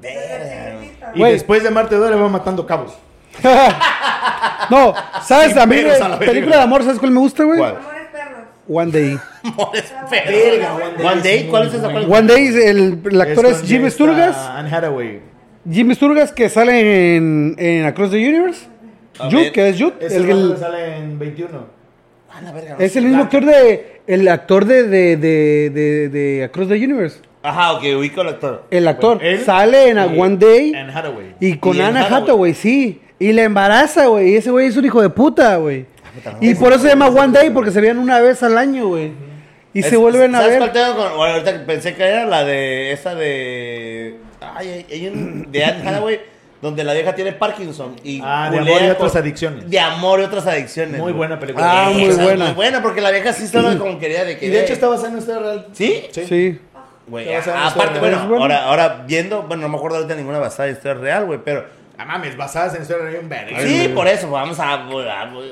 S1: Verga, güey.
S3: Y
S2: Güey.
S3: después de Marte Dora va matando cabos.
S2: no, ¿sabes?
S3: Sin
S2: A mí,
S3: pelos
S2: güey,
S3: a la verga.
S2: película de amor, ¿sabes cuál me gusta, güey?
S1: ¿Cuál?
S5: Amores perros.
S2: One Day.
S1: Amores, pero-
S3: Verga, One Day
S1: One Day,
S3: es
S1: ¿cuál
S3: muy
S1: es esa
S3: buena.
S1: película?
S2: One Day, el, el actor es,
S3: con
S2: Jim
S3: esta
S2: Sturgas.
S3: Anne Hathaway.
S2: Jim Sturgas que sale en, en Across the Universe.
S1: A
S2: Jude,
S1: ver.
S2: que es Jude.
S3: Es
S2: el-
S3: el,
S2: el-
S3: que sale en 21.
S1: Ah, la verga, no
S2: es
S1: sé.
S2: el mismo actor de. El actor de, de, de, de, de Across the Universe.
S1: Ajá, ok, ubico al actor.
S2: El actor
S3: Bueno, él
S2: sale en A
S3: y
S2: One Day.
S3: Anne Hathaway.
S2: Y con
S1: Y en
S2: Ana
S1: Hathaway.
S2: Hathaway, sí. Y la embaraza, güey. Y ese güey es un hijo de puta, güey. Y por eso se llama One Day, porque se veían una vez al año, güey. Y se
S1: Es-
S2: vuelven a
S1: ¿sabes cuál
S2: ver.
S1: tengo con- bueno, ahorita que pensé que era la de. Esa de. Ay, hay, hay un. De Anne Hathaway. Donde la vieja tiene Parkinson. Y
S3: Ah, de
S1: culea
S3: amor y
S1: con-
S3: otras adicciones.
S1: De amor y otras adicciones.
S3: Muy
S1: güey.
S3: buena película.
S2: Ah, muy
S1: Esa es
S2: buena.
S1: Muy buena, porque la vieja sí estaba como quería de que.
S3: Y de hecho está basada en una historia real.
S1: ¿Sí?
S2: Sí.
S1: Güey,
S3: Te vas a
S1: a-
S3: dar una
S1: aparte,
S3: historia
S1: bueno,
S2: real. Bueno.
S1: Ahora, ahora viendo, bueno, no me acuerdo ahorita de ninguna basada de historia real, güey, pero.
S3: Ah, mames, basadas en historia real. un verga.
S1: sí, por eso, vamos a. a-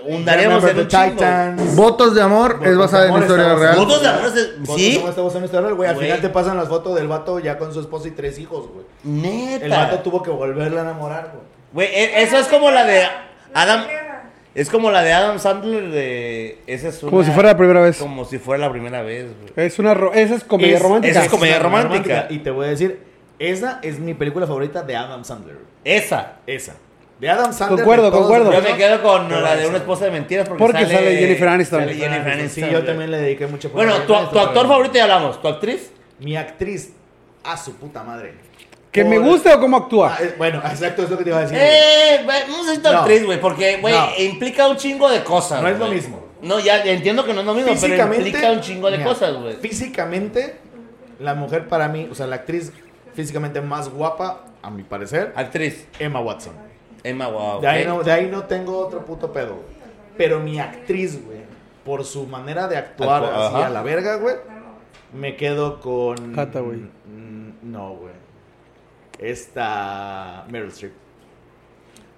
S1: hundaremos
S3: Remember
S1: en un
S3: the
S1: Titan.
S3: Titans.
S4: Votos de amor
S3: Votos
S4: es basada
S3: de
S4: en
S3: amor
S4: historia
S3: está
S4: real.
S3: basada-
S1: Votos de amor es-
S3: Fotos
S1: ¿sí?
S3: como esta voz en historia real, güey. Al
S1: Güey.
S3: final te pasan las fotos del vato ya con su esposa y tres hijos, güey. El vato
S1: Neta.
S3: tuvo que volverla a enamorar, güey.
S1: Güey, e- eso es como la de Adam.
S5: Guerra.
S1: Es como la de Adam Sandler de. Esa es una-
S2: Como si fuera la primera vez.
S1: Como si fuera la primera vez, güey.
S2: Es una ro- esa es comedia
S3: Es-
S2: romántica.
S1: esa es como- comedia
S3: una
S1: romántica.
S3: Y te voy a decir, esa es mi película favorita de Adam Sandler. güey.
S1: Esa.
S3: Esa. De Adam Sandler.
S2: Concuerdo,
S3: de todos,
S2: concuerdo.
S1: Yo me quedo con
S3: Yo
S1: la de
S3: eso.
S1: una esposa de mentiras porque,
S2: Porque sale Jennifer Aniston.
S1: sale Jennifer
S3: Ah, Sí,
S1: Aniston,
S3: yo
S1: güey.
S3: también le dediqué mucho por
S1: Bueno,
S3: ahí,
S1: tu,
S3: ¿no?
S1: tu actor
S3: Pero-
S1: favorito ya hablamos. ¿Tu actriz?
S3: Mi actriz, a su puta madre.
S2: ¿Que me
S3: Por-
S2: guste o cómo actúa?
S3: Ah, eh, bueno, exacto, es lo que te iba a decir. güey.
S1: Eh, güey, no necesito
S3: No.
S1: actriz, güey, porque, güey,
S3: No.
S1: implica un chingo de cosas.
S3: No es lo
S1: güey.
S3: mismo.
S1: No, ya entiendo que no es lo mismo, pero implica un chingo de
S3: mira,
S1: cosas, güey.
S3: Físicamente, la mujer para mí, o sea, la actriz físicamente más guapa, a mi parecer,
S1: Actriz,
S3: Emma Watson.
S1: Emma, wow.
S3: De ahí, no, de ahí no tengo otro puto pedo. güey. Pero mi actriz, güey, por su manera de actuar
S1: Actua-
S3: así
S1: ajá.
S3: a la verga, güey, me quedo con.
S2: Hathaway.
S3: Mm, No, güey. Esta. Meryl Streep.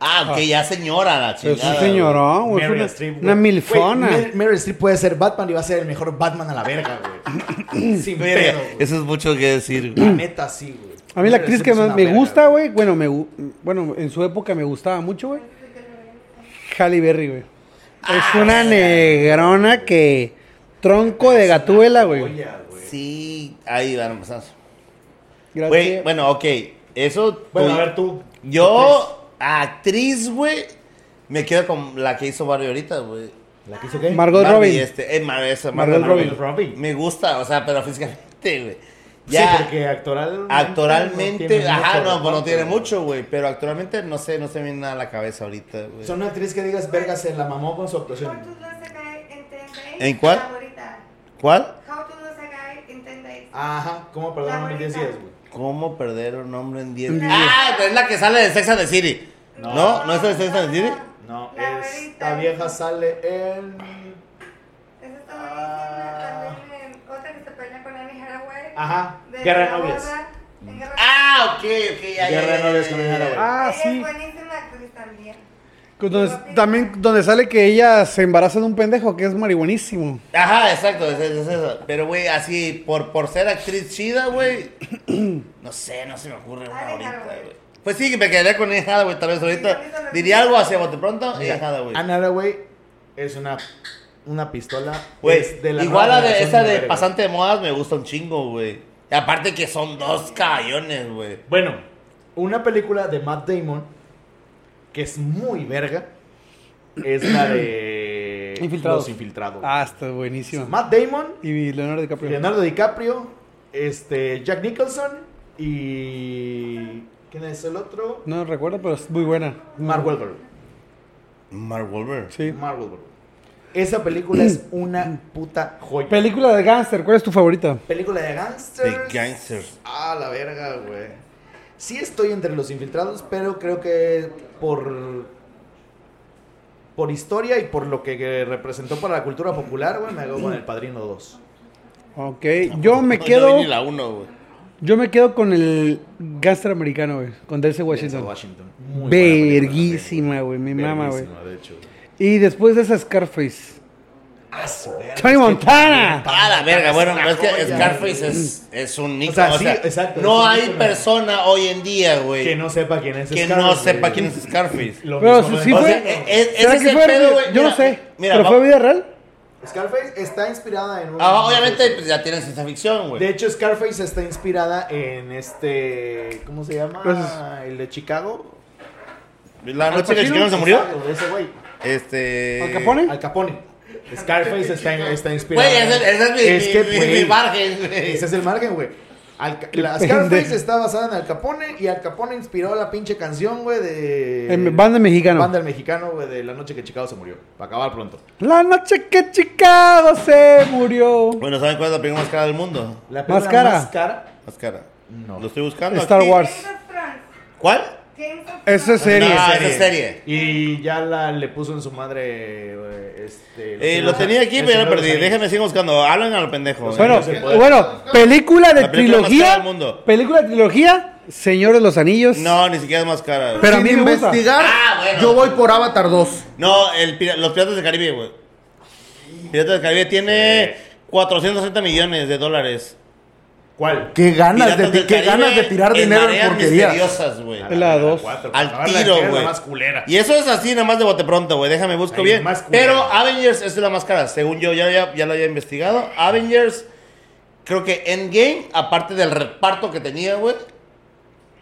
S1: Ah, que ya señora la
S2: Es
S1: chingada.
S2: un señorón, güey.
S3: Meryl
S2: es
S3: Streep,
S2: Pues, Una,
S3: güey.
S2: una milfona.
S3: Güey, Mer- Meryl Streep puede ser Batman y va a ser el mejor Batman a la verga, güey. Sin
S1: güey. Verga,
S3: pedo, güey.
S1: eso es mucho que decir,
S3: La
S1: güey.
S3: neta, sí,
S2: A mí
S3: güey.
S2: la
S3: Meryl
S2: actriz
S3: Streep
S2: que
S3: es
S2: más
S3: una
S2: me
S3: verga,
S2: gusta, güey, bueno, me, gu- bueno, en su época me gustaba mucho, güey. Halle Berry, güey.
S3: Ah,
S2: Es una negrona que tronco de gatuela, güey.
S3: Joya, güey.
S1: Sí, ahí van a empezar. Güey,
S2: Gracias.
S1: bueno, ok. Eso.
S3: Bueno,
S1: tú-
S3: a ver tú.
S1: Yo, actriz, güey, me quedo con la que hizo Barry ahorita, güey.
S3: ¿La que hizo qué?
S2: Margot
S1: Barbie,
S2: Robin.
S1: Este, eh, Mar- esa,
S2: Margot
S1: Margot Robin.
S3: Robin.
S1: Me gusta, o sea, pero físicamente, güey.
S3: Ya.
S1: Ya,
S3: Sí, porque actoral.
S1: actoralmente, ajá, no, pues
S3: pero
S1: no tiene mucho, güey. Pero actoralmente, no sé, no se me viene nada a la cabeza ahorita, güey.
S3: Son una actriz que digas, verga, se la mamó con su
S5: How
S3: actuación.
S5: to Lose a Guy in 10 Days.
S1: ¿En cuál?
S5: La güerita.
S1: ¿Cuál?
S5: How to Lose a Guy in 10 Days.
S3: Ajá, ¿cómo perdón
S5: La
S3: en 10
S5: bonita.
S3: días, güey?
S1: ¿Cómo perder un hombre en 10
S2: En diez.
S1: Ah, es la que sale de Sex and the City. No,
S3: No.
S1: no, es de Sex and the City.
S3: No,
S5: La
S3: esta
S5: güerita.
S3: vieja sale en.
S5: Esa estaba
S3: Ah.
S5: diciendo también en otra que se pelea con Annie Haraway.
S3: Ajá,
S5: De
S3: Guerra de
S5: la
S3: Novias.
S5: boda, en Guerra de
S1: Ah, ok, ok, ya, ya.
S3: Guerra de
S1: ya,
S3: novias
S1: ya,
S3: con
S1: ya,
S3: Ana,
S1: ya.
S3: güey.
S2: Ah,
S5: Ella
S2: sí.
S5: Es buenísima actriz también.
S2: Con donde- también donde sale que ella se embaraza de un pendejo que es marihuanísimo.
S1: Ajá, exacto, es, es- es eso. Pero, güey, así, por, por ser actriz chida, güey, no sé, no se me ocurre una
S5: Anne
S1: ahorita,
S5: Hathaway.
S1: Ah, güey. Pues sí, que me quedaría con Anne Hathaway, tal vez
S5: Sí, a mí
S1: ahorita.
S5: también.
S1: Diría algo hacia bote pronto, Anne Hathaway.
S3: Anne Eh, Hathaway es una, una pistola.
S1: Güey,
S3: es de la
S1: igual
S3: nueva
S1: la de
S3: generación
S1: esa de
S3: mujer, güey.
S1: Pasante de Modas me gusta un chingo, güey. Y aparte que son dos caballones, güey.
S3: Bueno, una película de Matt Damon que es muy verga es la de
S2: Infiltrados.
S3: Los Infiltrados.
S2: Ah, está buenísimo.
S3: Matt Damon,
S2: Y Leonardo DiCaprio.
S3: Leonardo DiCaprio, este Jack Nicholson y ¿quién es el otro?
S2: No recuerdo, pero es muy buena.
S3: Mark Wahlberg.
S1: Mark Wahlberg.
S2: Sí.
S3: Mark Wahlberg. Esa película es una puta joya.
S2: Película de gánster, ¿cuál es tu favorita?
S3: Película de gangsters.
S1: De gangsters.
S3: Ah, la verga, güey. Sí estoy entre los infiltrados, pero creo que por por historia y por lo que, que representó para la cultura popular, güey, me hago con El Padrino 2.
S2: Ok, yo me
S1: No,
S2: quedo
S1: No vi ni la uno, güey.
S2: yo me quedo con el gánster americano, güey, con Denzel
S3: Denzel
S2: Washington.
S3: Washington. Muy buena película
S2: Verguísima, güey, mi
S3: también.
S2: mamá, güey.
S3: Verguísima, de hecho.
S2: Y después de esa Scarface.
S3: Ah, su verga.
S2: Tony Montana.
S1: Ah, la verga, bueno,
S3: una
S1: pero es que
S3: joya,
S1: Scarface es, es un ícono.
S3: O sea,
S1: o
S3: sí,
S1: sea,
S3: exacto, es
S1: No
S3: un
S1: hay
S3: ícono.
S1: persona hoy en día, güey,
S3: Que no sepa quién es
S1: que
S3: Scarface,
S1: no sepa
S3: güey.
S1: quién es Scarface.
S3: Lo
S2: Pero sí,
S3: mismo de-
S2: sí
S1: O sea,
S2: fue-
S3: eh,
S1: e- e- ese
S2: ¿Será
S1: es
S2: que
S1: el
S2: fue
S1: pedo,
S2: real?
S1: güey.
S2: Yo no
S1: Mira,
S2: sé.
S1: mira,
S2: ¿Pero
S1: va-
S2: fue vida real?
S3: eh, Scarface está inspirada en un...
S1: Ah, obviamente pues, ya tienen ciencia ficción, güey.
S3: De hecho, Scarface está inspirada en este. ¿Cómo se llama?
S2: Gracias.
S3: El de Chicago.
S1: La
S2: Al
S1: noche que el
S2: Pacino,
S1: chileno se murió,
S3: Exacto, de Ese güey.
S1: este...
S2: ¿Al Capone?
S3: Al Capone. Scarface está, en- está inspirada.
S1: Güey, ese, ese es mi, mi- mi-
S3: güey,
S1: mi margen, güey.
S3: Ese es el margen, güey. Al Ca- la
S2: pendejo.
S3: Scarface está basada en Al Capone y Al Capone inspiró la pinche canción, güey,
S1: Eh,
S3: de.
S2: En banda mexicana.
S3: Banda del mexicano, güey, de la noche que Chicago se murió. Para acabar pronto.
S2: La noche que Chicago se murió.
S1: Bueno, ¿saben cuál es la película más cara del mundo?
S3: La
S2: Más
S3: película
S2: cara.
S3: Más cara.
S1: Más cara.
S3: No.
S1: Lo estoy buscando.
S2: Star
S1: aquí.
S2: Wars.
S3: Pues,
S5: Kings of Thrones.
S1: ¿Cuál?
S5: Kings of
S2: Eso es
S5: Thrones.
S2: serie.
S1: No, Ah, esa es serie.
S3: Y ya la, le puso en su madre. güey, Este, los
S1: Eh, lo
S3: señores-
S1: tenía aquí,
S3: el
S1: pero ya
S3: señor
S1: lo
S3: de los
S1: perdí.
S3: anillos.
S1: Déjenme seguir buscando. Hablan a lo pendejo.
S2: Bueno,
S3: Señor del Poder.
S2: bueno, película de
S1: La película más cara
S2: trilogía.
S1: del mundo.
S2: Película de trilogía, Señor de los Anillos.
S1: No, ni siquiera es más cara. güey.
S2: Pero a
S4: Sin
S2: mí me gusta.
S4: investigar,
S1: Ah, bueno.
S4: yo voy por Avatar 2.
S1: No, el, pira- los Piratas del Caribe, güey. Piratas del Caribe tiene 460 millones de dólares.
S3: ¿Cuál?
S4: Qué ganas, de,
S1: Piratas
S4: ti-
S1: del
S4: qué
S1: Caribe
S4: ganas de tirar
S1: en
S4: dinero en
S1: mareas
S4: porquerías.
S1: misteriosas, güey.
S2: la dos.
S3: cuatro, para
S1: Al
S3: acabar la
S1: tiro,
S3: izquierda,
S1: güey.
S3: más culera.
S1: Y eso es así, nada más de bote pronto, güey. Déjame busco
S3: Ahí,
S1: bien.
S3: más culera.
S1: Pero Avengers es la más cara, según yo ya, ya, ya lo había investigado. Avengers, creo que Endgame, aparte del reparto que tenía, güey,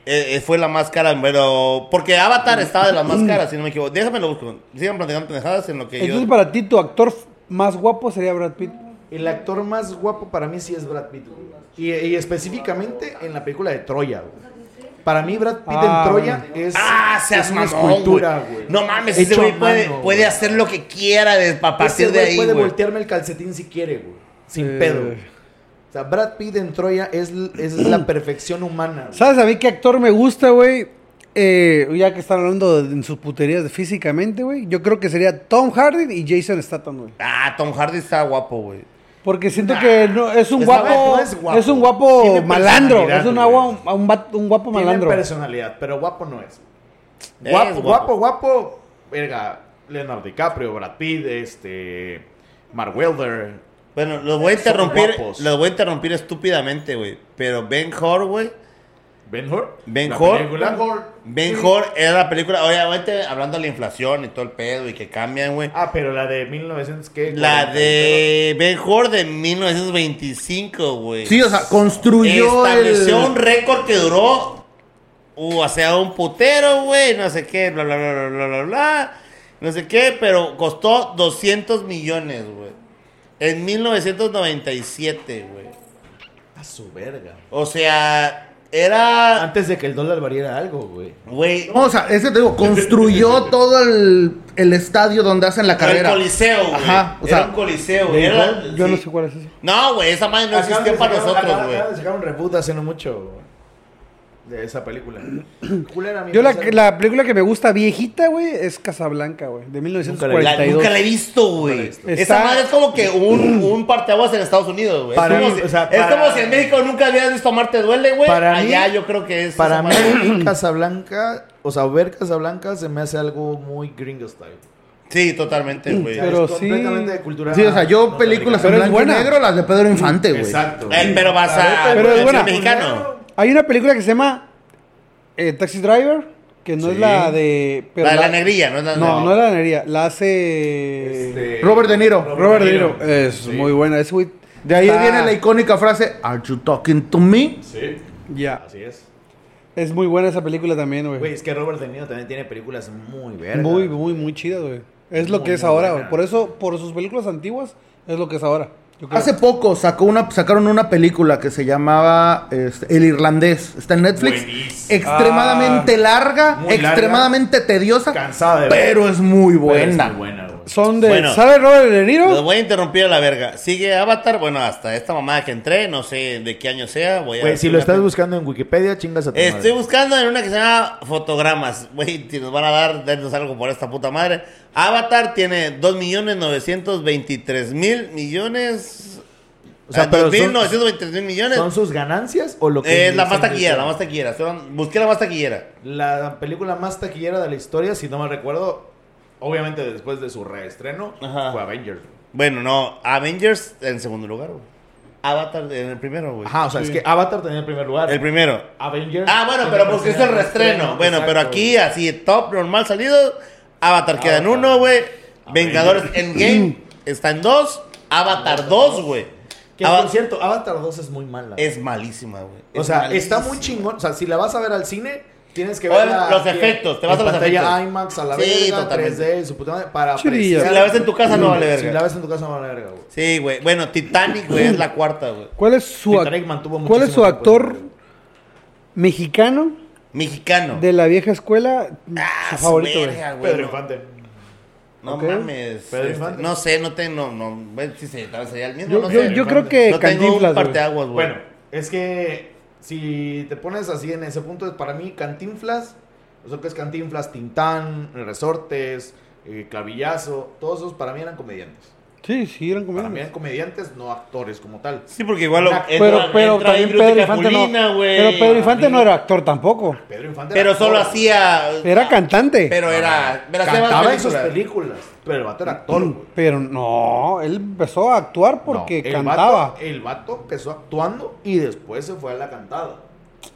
S1: eh, eh, fue la más cara, pero. Porque Avatar estaba de las más caras, si no me equivoco. Déjame lo busco. Sigan platicando pendejadas en lo que
S2: Entonces,
S1: yo.
S2: para ti, tu actor f- más guapo sería Brad Pitt.
S3: El actor más guapo para mí sí es Brad Pitt. güey. Y, y específicamente en la película de Troya, güey. Para mí Brad Pitt
S2: Ah,
S3: en Troya es,
S1: Ah, seas
S3: es una
S1: mamón,
S3: escultura,
S1: güey.
S3: güey.
S1: No mames,
S3: Hecho
S1: ese
S3: a
S1: güey
S3: mano,
S1: puede,
S3: güey.
S1: puede hacer lo que quiera de- a
S3: Ese
S1: partir de
S3: güey
S1: ahí,
S3: puede
S1: güey.
S3: voltearme el calcetín si quiere, güey. Sin
S2: Eh.
S3: pedo. güey. O sea, Brad Pitt en Troya es, l- es la perfección humana. güey.
S2: ¿Sabes a mí qué actor me gusta, güey? Eh, ya que están hablando de- en sus puterías de físicamente, güey. Yo creo que sería Tom Hardy y Jason Statham, güey.
S1: Ah, Tom Hardy está guapo, güey.
S2: Porque siento que no, es un
S3: Es
S2: guapo,
S3: guapo,
S2: es
S3: es guapo.
S2: un guapo
S3: Tiene
S2: malandro. Es
S3: personalidad,
S2: un,
S3: güey.
S2: agua, un, va- un guapo
S3: Tiene
S2: malandro.
S3: personalidad, pero guapo no es.
S1: Es guapo.
S3: Guapo, guapo, guapo, Verga, Leonardo DiCaprio, Brad Pitt, este. Mark Welder.
S1: Bueno, los voy a interrumpir.
S3: guapos.
S1: Los voy a interrumpir estúpidamente, güey. Pero Ben Hor, güey.
S3: Ben Hur.
S1: Ben
S3: la
S1: Hur.
S3: película.
S1: Ben Hor era la película. Obviamente, hablando de la inflación y todo el pedo y que cambian, güey.
S3: Ah, pero la de 1900, ¿qué?
S1: La
S3: 40,
S1: de Ben Hur de 1925, güey.
S4: Sí, o sea, construyó
S1: Estableció un
S4: el...
S1: récord que duró. Uh, o sea, un putero, güey. No sé qué, bla, bla, bla, bla, bla, bla, bla. No sé qué, pero costó 200 millones, güey. En 1997, güey.
S3: A su verga.
S1: O sea, era.
S3: Antes de que el dólar variara algo, güey.
S1: Güey.
S4: No, o sea, es que te digo, construyó todo el, el estadio donde hacen la
S1: El
S4: carrera.
S1: coliseo, güey.
S4: Ajá, o
S1: era
S4: sea,
S1: un coliseo, güey. Era-
S2: Yo no
S1: sí.
S2: sé cuál es ese.
S1: No, güey, esa madre no existió para nosotros, güey.
S3: Sacaron reboot hace no mucho de esa película. Culera, mi
S2: Yo la,
S3: pensar.
S2: la película que me gusta viejita, güey, es Casablanca, güey, de
S1: Pues, La-
S2: 1942.
S1: nunca la he visto,
S3: Nunca la he
S1: güey.
S3: visto.
S1: Esa
S2: Está-
S1: madre es como que un, un parteaguas en Estados Unidos, güey. Es,
S3: Para
S1: como
S3: mí,
S1: si-
S3: o sea,
S1: es
S3: para-
S1: como si en México nunca habías visto Marte Duele, güey.
S3: Para mí-
S1: Allá yo creo que es.
S3: Para
S1: esa
S3: mí,
S1: madre.
S3: Casablanca, o sea, ver Casablanca se me hace algo muy gringo style.
S1: Sí, totalmente,
S3: O
S1: güey.
S3: sea,
S2: Pero
S3: es
S2: sí.
S3: completamente de cultura.
S4: Sí, o sea, yo
S3: norteamericana.
S4: películas en
S2: Pero es
S4: blanco y
S2: buena.
S4: negro, las de Pedro Infante, güey.
S3: Exacto.
S1: Eh, pero vas a.
S2: Pero es buena.
S1: mexicano.
S2: Hay una película que se llama eh, Taxi Driver, que no es
S1: Sí.
S2: la de... pero
S1: la de la negrilla, ¿no? es La
S2: No, no es la de la negrilla, la hace...
S3: Este,
S4: Robert De Niro.
S2: Robert De Niro. Es
S3: Sí.
S2: muy buena, es muy...
S4: De ahí
S2: está-
S4: viene la icónica frase, ¿Are you talking to me?
S3: Sí.
S2: Ya,
S3: Así es.
S2: es muy buena esa película también,
S3: Güey,
S2: güey.
S3: es que Robert De Niro también tiene películas muy vergas.
S2: Muy, muy, muy chida, güey. Es lo
S3: Muy,
S2: que es
S3: muy
S2: ahora,
S3: buena.
S2: güey. Por eso, por sus películas antiguas, es lo que es ahora. yo creo.
S4: Hace poco sacó una, sacaron una película que se llamaba este, El Irlandés. Está en Netflix.
S3: Buenísima. Ah,
S4: Extremadamente larga,
S3: Muy larga.
S4: extremadamente tediosa,
S3: Cansada de ver.
S4: pero es muy
S3: Pero
S4: buena.
S3: es muy buena, güey.
S2: Son de...
S1: Bueno.
S2: ¿Sabe Robert De Niro?
S1: Los voy a interrumpir a la verga. Sigue Avatar, bueno, hasta esta mamada que entré, no sé de qué año sea. Voy a
S3: Güey, si lo estás buscando en Wikipedia, chingas a tu
S1: Estoy
S3: madre.
S1: buscando en una que se llama Fotogramas. Güey, si nos van a dar, denos algo por esta puta madre. Avatar tiene 2.923.000 millones.
S3: O sea,
S1: Ah,
S3: pero son-
S1: 2.923.000 millones.
S3: ¿Son sus ganancias o lo que
S1: es la más
S3: ingresan
S1: taquillera,
S3: de-
S1: la más taquillera. Son- Busqué la más taquillera.
S3: La película más taquillera de la historia, si no me recuerdo, obviamente después de su reestreno,
S1: Ajá.
S3: fue Avengers.
S1: Bueno, no, Avengers en segundo lugar, güey. Avatar en el primero, güey.
S3: Ajá, o sea, es que Avatar tenía el primer lugar.
S1: Pues El primero.
S3: Avengers.
S1: Ah, bueno,
S3: tenía
S1: pero porque es el reestreno. Bueno,
S3: exacto,
S1: pero aquí, así, top, normal salido. Avatar queda en
S3: Avatar.
S1: uno, güey.
S3: Avengers.
S1: Vengadores Endgame está en dos. Avatar 2, güey.
S3: Que
S1: Ava-
S3: por cierto, Avatar 2 es muy mala.
S1: Es malísima, güey.
S3: o
S1: Es
S3: sea, está
S1: malísima.
S3: muy chingón. O sea, si la vas a ver al cine, tienes que
S1: Oye,
S3: verla.
S1: los
S3: bien,
S1: efectos, te vas
S3: en
S1: a los
S3: pantalla
S1: efectos.
S3: IMAX a la
S1: Sí,
S3: verga,
S1: totalmente.
S3: 3D, su puta madre, para
S2: Chirilla.
S1: Si la ves en tu casa,
S2: Mm.
S1: no vale verga.
S3: Si la ves en tu casa, no vale verga, güey.
S1: Sí, güey. Bueno, Titanic, güey, es la cuarta, güey.
S2: ¿Cuál es su, ac-
S3: Titanic mantuvo
S2: ¿cuál es su
S3: muchísimo tiempo
S2: actor
S3: en-
S2: mexicano
S1: Mexicano.
S2: de la vieja escuela
S1: Ah,
S2: su favorito, güey?
S1: verga, güey,
S3: Pedro
S1: no.
S3: Infante.
S1: No
S2: Ok.
S1: mames.
S3: Pedro
S1: este,
S3: Infante.
S1: no sé, no tengo. No, no, sí, sí, tal vez sería el mismo.
S2: Yo,
S1: no
S2: yo-
S1: sé.
S2: yo
S3: Pedro
S2: creo
S3: Infante.
S2: que
S1: no tengo un
S2: Cantinflas, güey.
S1: parteaguas, güey.
S3: Bueno, es que si te pones así en ese punto, para mí Cantinflas, o sea, que es Cantinflas, Tintán, Resortes, eh, Clavillazo, todos esos para mí eran comediantes.
S2: Sí, sí, eran
S3: Para mí
S2: comediantes.
S3: eran comediantes, no actores como tal.
S1: Sí, porque igual lo-
S3: Pero-
S2: Pero, pero
S1: entra ahí
S2: también
S1: Bruto
S2: Pedro Infante
S1: Capulina,
S2: no.
S1: güey.
S2: Pero Pedro Infante no era actor tampoco.
S3: Pedro Infante
S1: Pero
S3: era
S1: solo
S3: actor.
S1: hacía.
S2: Era cantante. Pero,
S1: Pero era. Pero hacía más
S3: Cantaba en sus
S1: películas.
S3: películas, pero el vato era actor, güey.
S2: no, él empezó a actuar porque
S3: No, el
S2: cantaba.
S3: vato- el vato empezó actuando y después se fue a la cantada.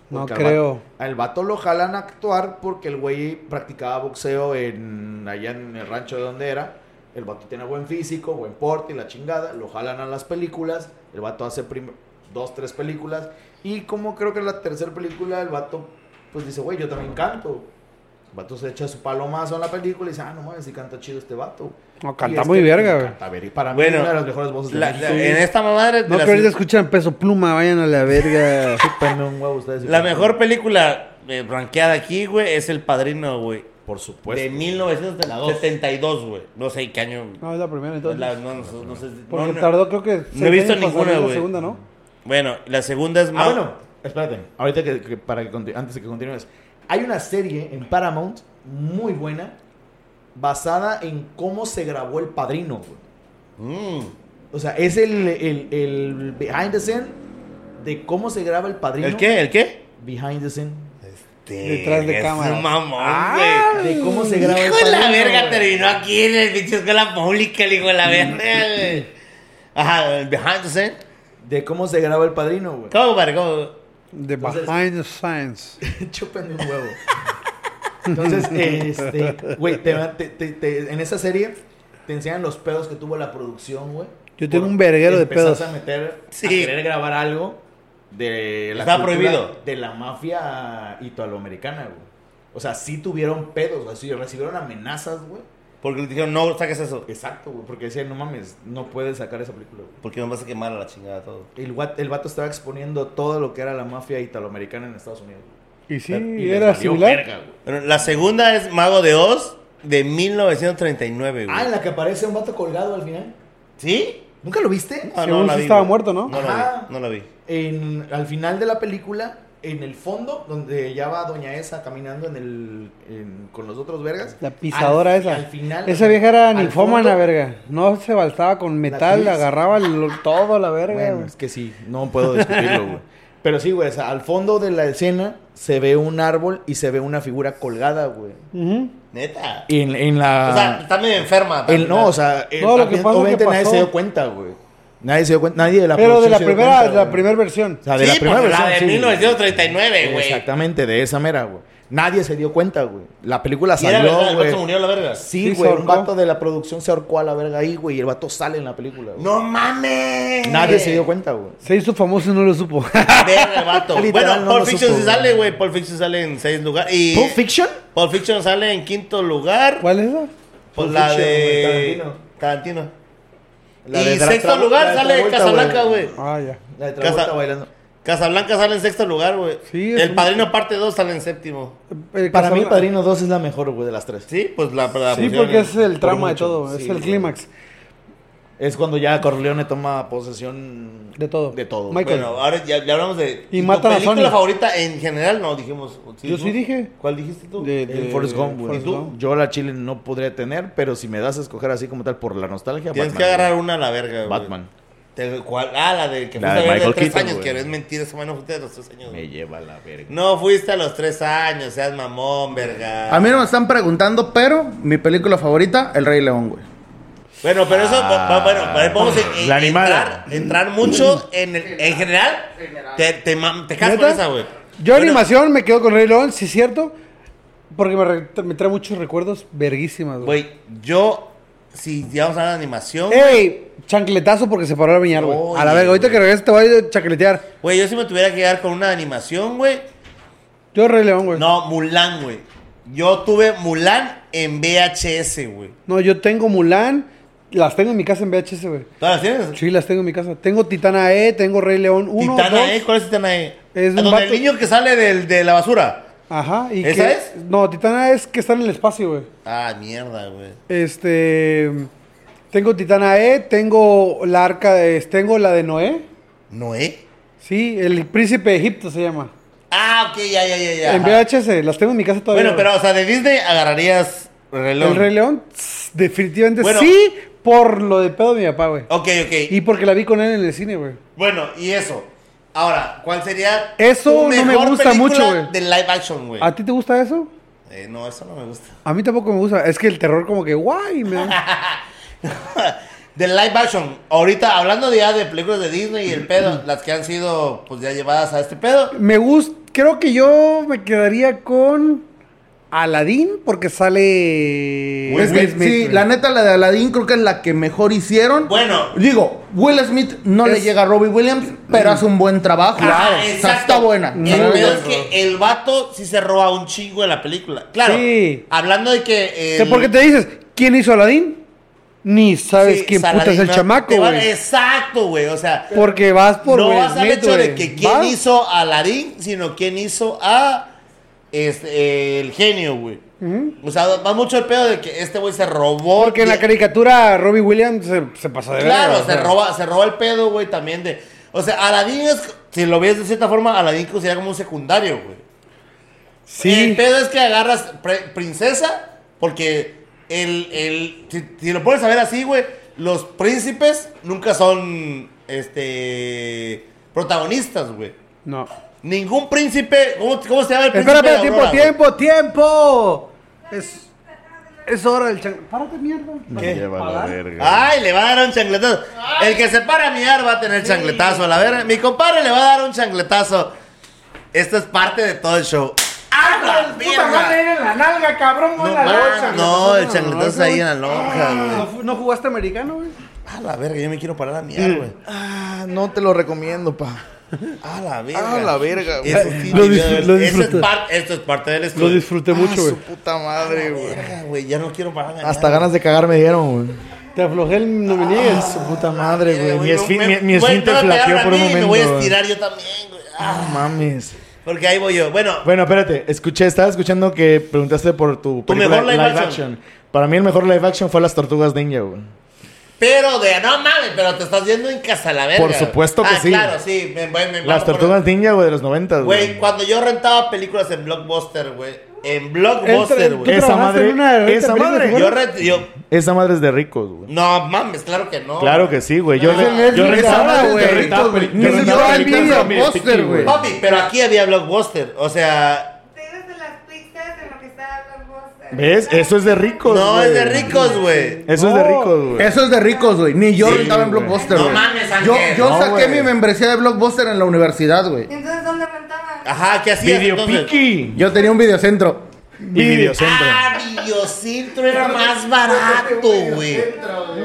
S2: No
S3: Porque al
S2: creo.
S3: vato- Al vato lo jalan a actuar porque el güey practicaba boxeo en, allá en el rancho de donde era. El vato tiene buen físico, buen porte y la chingada. Lo jalan a las películas. El vato hace prim- dos, tres películas. Y como creo que en la tercera película el vato pues dice, güey, yo también canto. El vato se echa su palomazo en la película y dice, ah, no mames, si canta chido este vato.
S2: No,
S3: Y
S2: canta
S3: es
S2: muy
S3: que
S2: verga, güey.
S3: canta ver- y para mí,
S1: Bueno,
S3: una de las mejores voces de
S1: La-
S3: México.
S1: la- en esta mamada de
S2: No,
S1: las-
S2: que ahorita escuchan peso pluma, vayan a la verga.
S3: Chúpenme un huevo ustedes.
S1: la mejor película eh, rankeada aquí, güey, es El Padrino, güey.
S3: Por supuesto.
S1: de 1972, güey. No sé qué año.
S2: No, es la primera entonces.
S1: La- no, no- no sé si-
S2: Porque
S1: no, no.
S2: tardó, creo que. seis
S1: he visto
S2: años para
S1: ninguna,
S2: salir La
S1: güey.
S2: segunda, ¿no?
S1: Bueno, la segunda es
S3: Ah,
S1: más.
S3: bueno, espérate. Ahorita que, que- para que conti- antes de que continúes. Hay una serie en Paramount muy buena basada en cómo se grabó El Padrino. güey.
S1: Mm.
S3: O sea, es el, el, el behind the scene de cómo se graba El Padrino.
S1: ¿El qué? ¿El qué?
S3: Behind the scene.
S1: Este,
S2: Detrás de
S1: es
S2: cámara.
S1: un mamón, güey.
S3: De cómo Ah, se graba
S1: Hijo
S3: El
S1: de la
S3: Padrino,
S1: verga,
S3: güey.
S1: terminó aquí en el pinche escuela pública, el hijo de la verga, güey. Ajá, el behind the scene.
S3: De cómo se graba El Padrino, güey.
S1: ¿Cómo, compadre? ¿Cómo?
S2: The
S3: Entonces-
S2: Behind the Science.
S3: Chúpenme un huevo. Entonces, este, güey, te, va- te- te- te- en esa serie te enseñan los pedos que tuvo la producción, güey.
S2: Yo tengo
S3: Por
S2: un verguero de
S3: empezarse
S2: pedos.
S3: a meter,
S1: Sí.
S3: a querer grabar algo de la
S1: Está
S3: cultura
S1: prohibido.
S3: de la mafia italoamericana, güey. O sea, sí tuvieron pedos, güey, sí recibieron amenazas, güey.
S1: Porque le dijeron, no saques eso.
S3: Exacto, güey, porque decían, no mames, no puedes sacar esa película, güey.
S1: Porque nos vas a quemar a la chingada todo.
S3: El, guat- el vato estaba exponiendo todo lo que era la mafia italoamericana en Estados Unidos. güey.
S2: Y sí,
S3: Y les
S2: era
S3: valió
S2: similar.
S3: verga, güey.
S1: Bueno, la segunda es Mago de Oz de 1939, güey.
S3: Ah, en la que aparece un vato colgado al final.
S1: ¿Sí?
S3: ¿Nunca lo viste?
S1: Ah,
S2: Según sí
S1: vi,
S2: estaba
S1: güey.
S2: muerto, ¿no?
S1: No la
S3: Ajá.
S1: vi, no la vi.
S3: En, al final de la película, en el fondo, donde ya va Doña Esa caminando en el, en- con los otros vergas.
S2: La pisadora
S3: Al-
S2: esa.
S3: Al final.
S2: esa vieja era
S3: al
S2: ninfómana,
S3: fondo-
S2: verga. No se baltaba con metal,
S3: actriz.
S2: agarraba lo- todo la verga.
S3: Bueno,
S2: güey.
S3: es que sí, no puedo discutirlo, güey. Pero sí, güey, o sea, al fondo de la escena se ve un árbol y se ve una figura colgada, güey.
S2: Ujú.
S1: Neta.
S3: En, en
S1: O sea,
S3: la.
S1: está medio enferma.
S3: el, no, o sea, el-
S2: No, lo que pasa es que
S3: obviamente nadie
S2: pasó.
S3: se dio cuenta, güey. Nadie se dio cuenta, nadie de la
S2: Pero de
S3: producción
S2: la
S3: se dio
S2: primera,
S3: cuenta,
S2: la
S3: güey.
S2: primera versión.
S3: O sea, de la primera
S1: pues,
S3: versión,
S1: la de
S3: sí, güey.
S1: 1939, güey.
S3: Exactamente, de esa mera, güey. Nadie se dio cuenta, güey. La película
S1: Y era verdad,
S3: salió,
S1: el vato
S3: güey.
S1: se murió a la verga.
S3: Sí,
S2: Sí,
S3: güey.
S2: se
S3: un
S2: ahorcó.
S3: vato de la producción se ahorcó a la verga ahí, güey. Y el vato sale en la película, güey.
S1: ¡No mames!
S3: Nadie se dio cuenta, güey.
S2: Se hizo famoso y no lo supo.
S1: Verga, el vato.
S3: Literal,
S1: bueno,
S3: no
S1: Pulp
S3: lo
S1: Fiction
S3: supo,
S1: sí
S3: güey.
S1: sale, güey. Pulp Fiction sale en seis lugares. Y
S3: ¿Pulp Fiction?
S1: Pulp Fiction sale en quinto lugar.
S2: ¿Cuál es esa?
S1: Pues
S3: Pulp
S1: la
S3: Fiction,
S1: de...
S3: güey, Tarantino.
S1: Tarantino.
S3: La
S1: y
S3: de Tra-
S1: sexto
S3: Tra- la
S1: lugar
S3: de
S1: sale
S3: Travolta,
S1: Casablanca, güey.
S2: Ah, ya.
S3: La de Travolta
S1: Casa-
S3: bailando.
S1: Casablanca sale en sexto lugar, güey.
S2: Sí, es
S1: el
S2: un-
S1: Padrino Parte 2 sale en séptimo.
S2: El
S3: Para mí,
S2: Casablanca-
S3: Padrino 2 es la mejor, güey, de las tres.
S1: Sí, pues la... la
S2: Sí,
S1: pusieron
S2: porque
S1: en-
S2: es el trama de
S3: mucho.
S2: todo,
S3: Sí,
S2: es el
S3: güey.
S2: clímax
S3: Es cuando ya Corleone toma posesión
S2: de todo.
S3: De todo.
S2: Michael.
S1: Bueno, ahora ya, ya hablamos de...
S2: Y
S1: tu
S2: matan a
S1: película
S2: Sony.
S1: favorita en general? No, dijimos...
S2: Yo sí dije.
S1: ¿Cuál dijiste tú?
S2: De-
S3: El Forrest Gump, güey.
S2: Forrest Gump.
S3: Yo la Chile no podría tener, pero si me das a escoger así como tal por la nostalgia,
S1: Tienes
S3: Batman,
S1: que
S3: güey.
S1: agarrar una a la verga, güey.
S3: Batman.
S1: Te- ¿cuál? Ah, la de que fuiste
S3: La
S1: a
S3: de
S1: ver de
S3: Michael
S1: tres
S3: Keaton,
S1: años,
S3: güey.
S1: que es mentira, esa mano fuiste a los tres años.
S3: Me
S1: güey.
S3: lleva la verga.
S1: No fuiste a los tres años, seas mamón, verga.
S4: A mí no me están preguntando, pero mi película favorita, El Rey León, güey.
S1: Bueno, pero eso,
S3: Ah.
S1: va- bueno, pero vamos a en- entrar,
S3: La animada.
S1: entrar mucho en, el, en general. Te, te, mam- te casas con
S2: ¿Neta?
S1: esa, güey.
S2: Yo
S1: Bueno,
S2: animación me quedo con Rey León, sí es cierto, porque me, re- me trae muchos recuerdos verguísimas, güey.
S1: Güey, yo, si ya vamos a hablar de animación,
S2: Eh. Ey, chancletazo porque se paró la viñar, güey.
S1: Oye,
S2: A la verga, ahorita
S1: güey.
S2: que regreses te voy a chancletear.
S1: güey, yo si me tuviera que quedar con una animación, güey.
S2: Yo Rey León, güey. No.
S1: No, Mulan, güey. Yo tuve Mulan en VHS, güey.
S2: yo tengo Mulan, las tengo en mi casa en VHS, güey.
S1: ¿Todas las tienes?
S2: Sí, las tengo en mi casa. Tengo Titana E, tengo Rey León 1,
S1: Titana
S2: dos.
S1: E, ¿cuál es Titana E? Ah,
S2: Es un
S1: donde
S2: vato-
S1: el niño que sale del, de la basura.
S2: Ajá, y
S1: ¿Esa
S2: que-
S1: es?
S2: No, Titana E es que está en el espacio, güey.
S1: Ah, mierda, güey.
S2: Este. Tengo Titana E, tengo la arca de. Tengo la de Noé.
S1: ¿Noé?
S2: Sí, el príncipe de Egipto se llama.
S1: Ah, ok, ya, ya, ya, ya.
S2: En
S1: ajá.
S2: VHS, las tengo en mi casa todavía.
S1: Bueno, pero, o sea, de Disney agarrarías reloj.
S2: El Rey León, tss, definitivamente
S1: Bueno.
S2: sí, por lo de pedo de mi papá, güey.
S1: Ok, ok.
S2: Y porque la vi con él en el cine, güey.
S1: Bueno, y eso. Ahora, ¿cuál sería
S2: Eso
S1: tu
S2: no me
S1: mejor
S2: gusta
S1: película
S2: mucho, güey.
S1: de live action, güey?
S2: ¿A ti te gusta eso?
S1: Eh, no, eso no me gusta.
S2: A mí tampoco me gusta. Es que el terror, como que, guay, me da-
S1: De live action, ahorita hablando ya de películas de Disney y el pedo, las que han sido pues ya llevadas a este pedo.
S2: Me gusta. Creo que yo me quedaría con. Aladdin porque sale
S1: Will
S4: Es que,
S1: Smith,
S4: sí, la neta, la de Aladdin creo que es la que mejor hicieron.
S1: Bueno.
S4: Digo, Will Smith no le
S2: Es-
S4: llega a Robbie Williams, pero hace un buen trabajo.
S1: Claro,
S4: O sea, está buena.
S1: El
S4: Está
S1: pedo
S4: buena.
S1: es que el vato sí se roba un chingo de la película. Claro.
S2: Sí.
S1: Hablando de que.
S2: ¿Qué-
S1: el-
S2: ¿Por qué te dices quién hizo Aladdin? Ni sabes
S1: sí,
S2: quién puta es
S1: Saladino,
S2: el chamaco,
S1: te vale-
S2: güey.
S1: Exacto, güey. O sea,
S2: Porque vas por
S1: no
S2: Will
S1: vas al
S2: Smith,
S1: hecho de
S2: güey.
S1: que quién
S2: Vas-
S1: hizo a Aladdin, sino quién hizo a este, el genio, güey. O sea, va mucho el pedo de que este güey se robó.
S2: Porque en la
S1: de-
S2: caricatura Robbie Williams se, se pasa de
S1: Claro,
S2: verga, o
S1: se
S2: sea.
S1: roba, se roba el pedo, güey, también de. O sea, Aladdin es. Si lo ves de cierta forma, Aladdin sería como un secundario, güey. El
S2: Sí.
S1: pedo es que agarras pre- princesa, porque el, el- si, si lo puedes saber así, güey, los príncipes nunca son este protagonistas, güey.
S2: No.
S1: Ningún príncipe, ¿cómo, cómo se llama el príncipe?
S2: Espera, espera,
S1: de
S2: tiempo,
S1: Aurora, güey?
S2: tiempo, tiempo. Es, es hora del chan. Párate, mierda. ¿Qué? ¿Pagar?
S1: Ay, le va a dar un changletazo. El que se para a mirar va a tener changletazo. A la verga, mi compadre le va a dar un changletazo. Esto es parte de todo el show. ¡Ah, la mierda!
S2: en la nalga, cabrón,
S1: No, ah, no, el changletazo es ahí en la lonja, güey.
S2: ¿No, fu- no jugaste americano, güey?
S1: A la verga, yo me quiero parar a mirar, güey.
S3: Ah, no te lo recomiendo, pa.
S1: A la verga.
S3: A la verga, güey.
S1: Eso sí,
S2: Lo
S1: mi
S2: dis-
S1: brother.
S2: lo
S1: Eso es
S2: disfruté.
S1: par- esto es parte del
S2: Lo
S1: estudio.
S2: disfruté
S3: Ah,
S2: mucho, güey.
S3: su puta madre, güey.
S1: Verga, güey, ya no quiero parar a mirar.
S3: Hasta ganas de cagar me dieron, güey.
S2: Te aflojé el no me niegues.
S3: Su puta madre,
S1: Eh,
S3: güey. Mi
S1: güey, no,
S3: esfín-
S1: me-
S3: mi- mi
S1: güey,
S3: esfínter
S1: no me
S3: flaqueó
S1: hagan
S3: por un
S1: a mí,
S3: momento.
S1: Me voy a
S3: güey.
S1: estirar yo también, güey.
S3: Ah,
S1: Ah,
S3: mames.
S1: porque ahí voy yo. Bueno,
S3: Bueno, espérate, escuché, estaba escuchando que preguntaste por tu, película
S1: mejor live action.
S3: Para mí el mejor live action fue Las Tortugas Ninja, güey.
S1: pero de. No mames, pero te estás yendo en casa a la verga.
S3: Por
S1: güey.
S3: supuesto que
S1: Ah,
S3: sí.
S1: Claro, sí. Me, me- me-
S3: Las
S1: vamos por-
S3: Tortugas Ninja, güey, de los 90,
S1: Güey,
S3: güey.
S1: cuando yo rentaba películas en Blockbuster, güey. En
S2: Entra-
S1: Blockbuster,
S2: tú
S1: güey.
S3: Esa
S2: trabajaste
S3: madre-
S2: en una renta
S3: esa
S2: película,
S3: madre.
S2: ¿te
S1: Yo
S2: acuerdas?
S1: rent- yo-
S3: Esa madre es de ricos, güey.
S1: No mames, claro que no.
S3: Claro que sí, güey. Yo,
S2: Es el Netflix
S3: yo
S2: de
S3: esa
S2: ahora,
S3: madre es
S2: güey.
S3: de ricos, güey.
S4: Ni
S3: Yo
S4: se
S3: rentaba
S4: puede
S3: películas
S4: vivir
S3: en mi
S4: póster,
S3: Sticky,
S4: güey.
S1: Papi, pero aquí había Blockbuster. O sea,
S5: Ustedes de las pizzas en lo que está Blockbuster.
S3: ¿Ves? Eso es de ricos,
S1: No,
S3: güey.
S1: es de ricos, güey.
S3: Eso es de ricos, güey.
S4: Eso es de ricos, güey. Ni yo
S3: Sí,
S4: rentaba en
S3: güey.
S4: Blockbuster,
S1: No
S4: güey.
S1: mames,
S4: yo
S1: Ángel.
S4: yo
S3: No,
S4: saqué
S3: güey.
S4: mi membresía de Blockbuster en la universidad, güey.
S5: Entonces, ¿dónde rentaban?
S1: Ajá, ¿qué hacías
S3: Video
S1: entonces?
S3: Piqui
S4: Yo tenía un videocentro.
S3: y Videocentro.
S1: Ah, Biocentro era más barato, güey.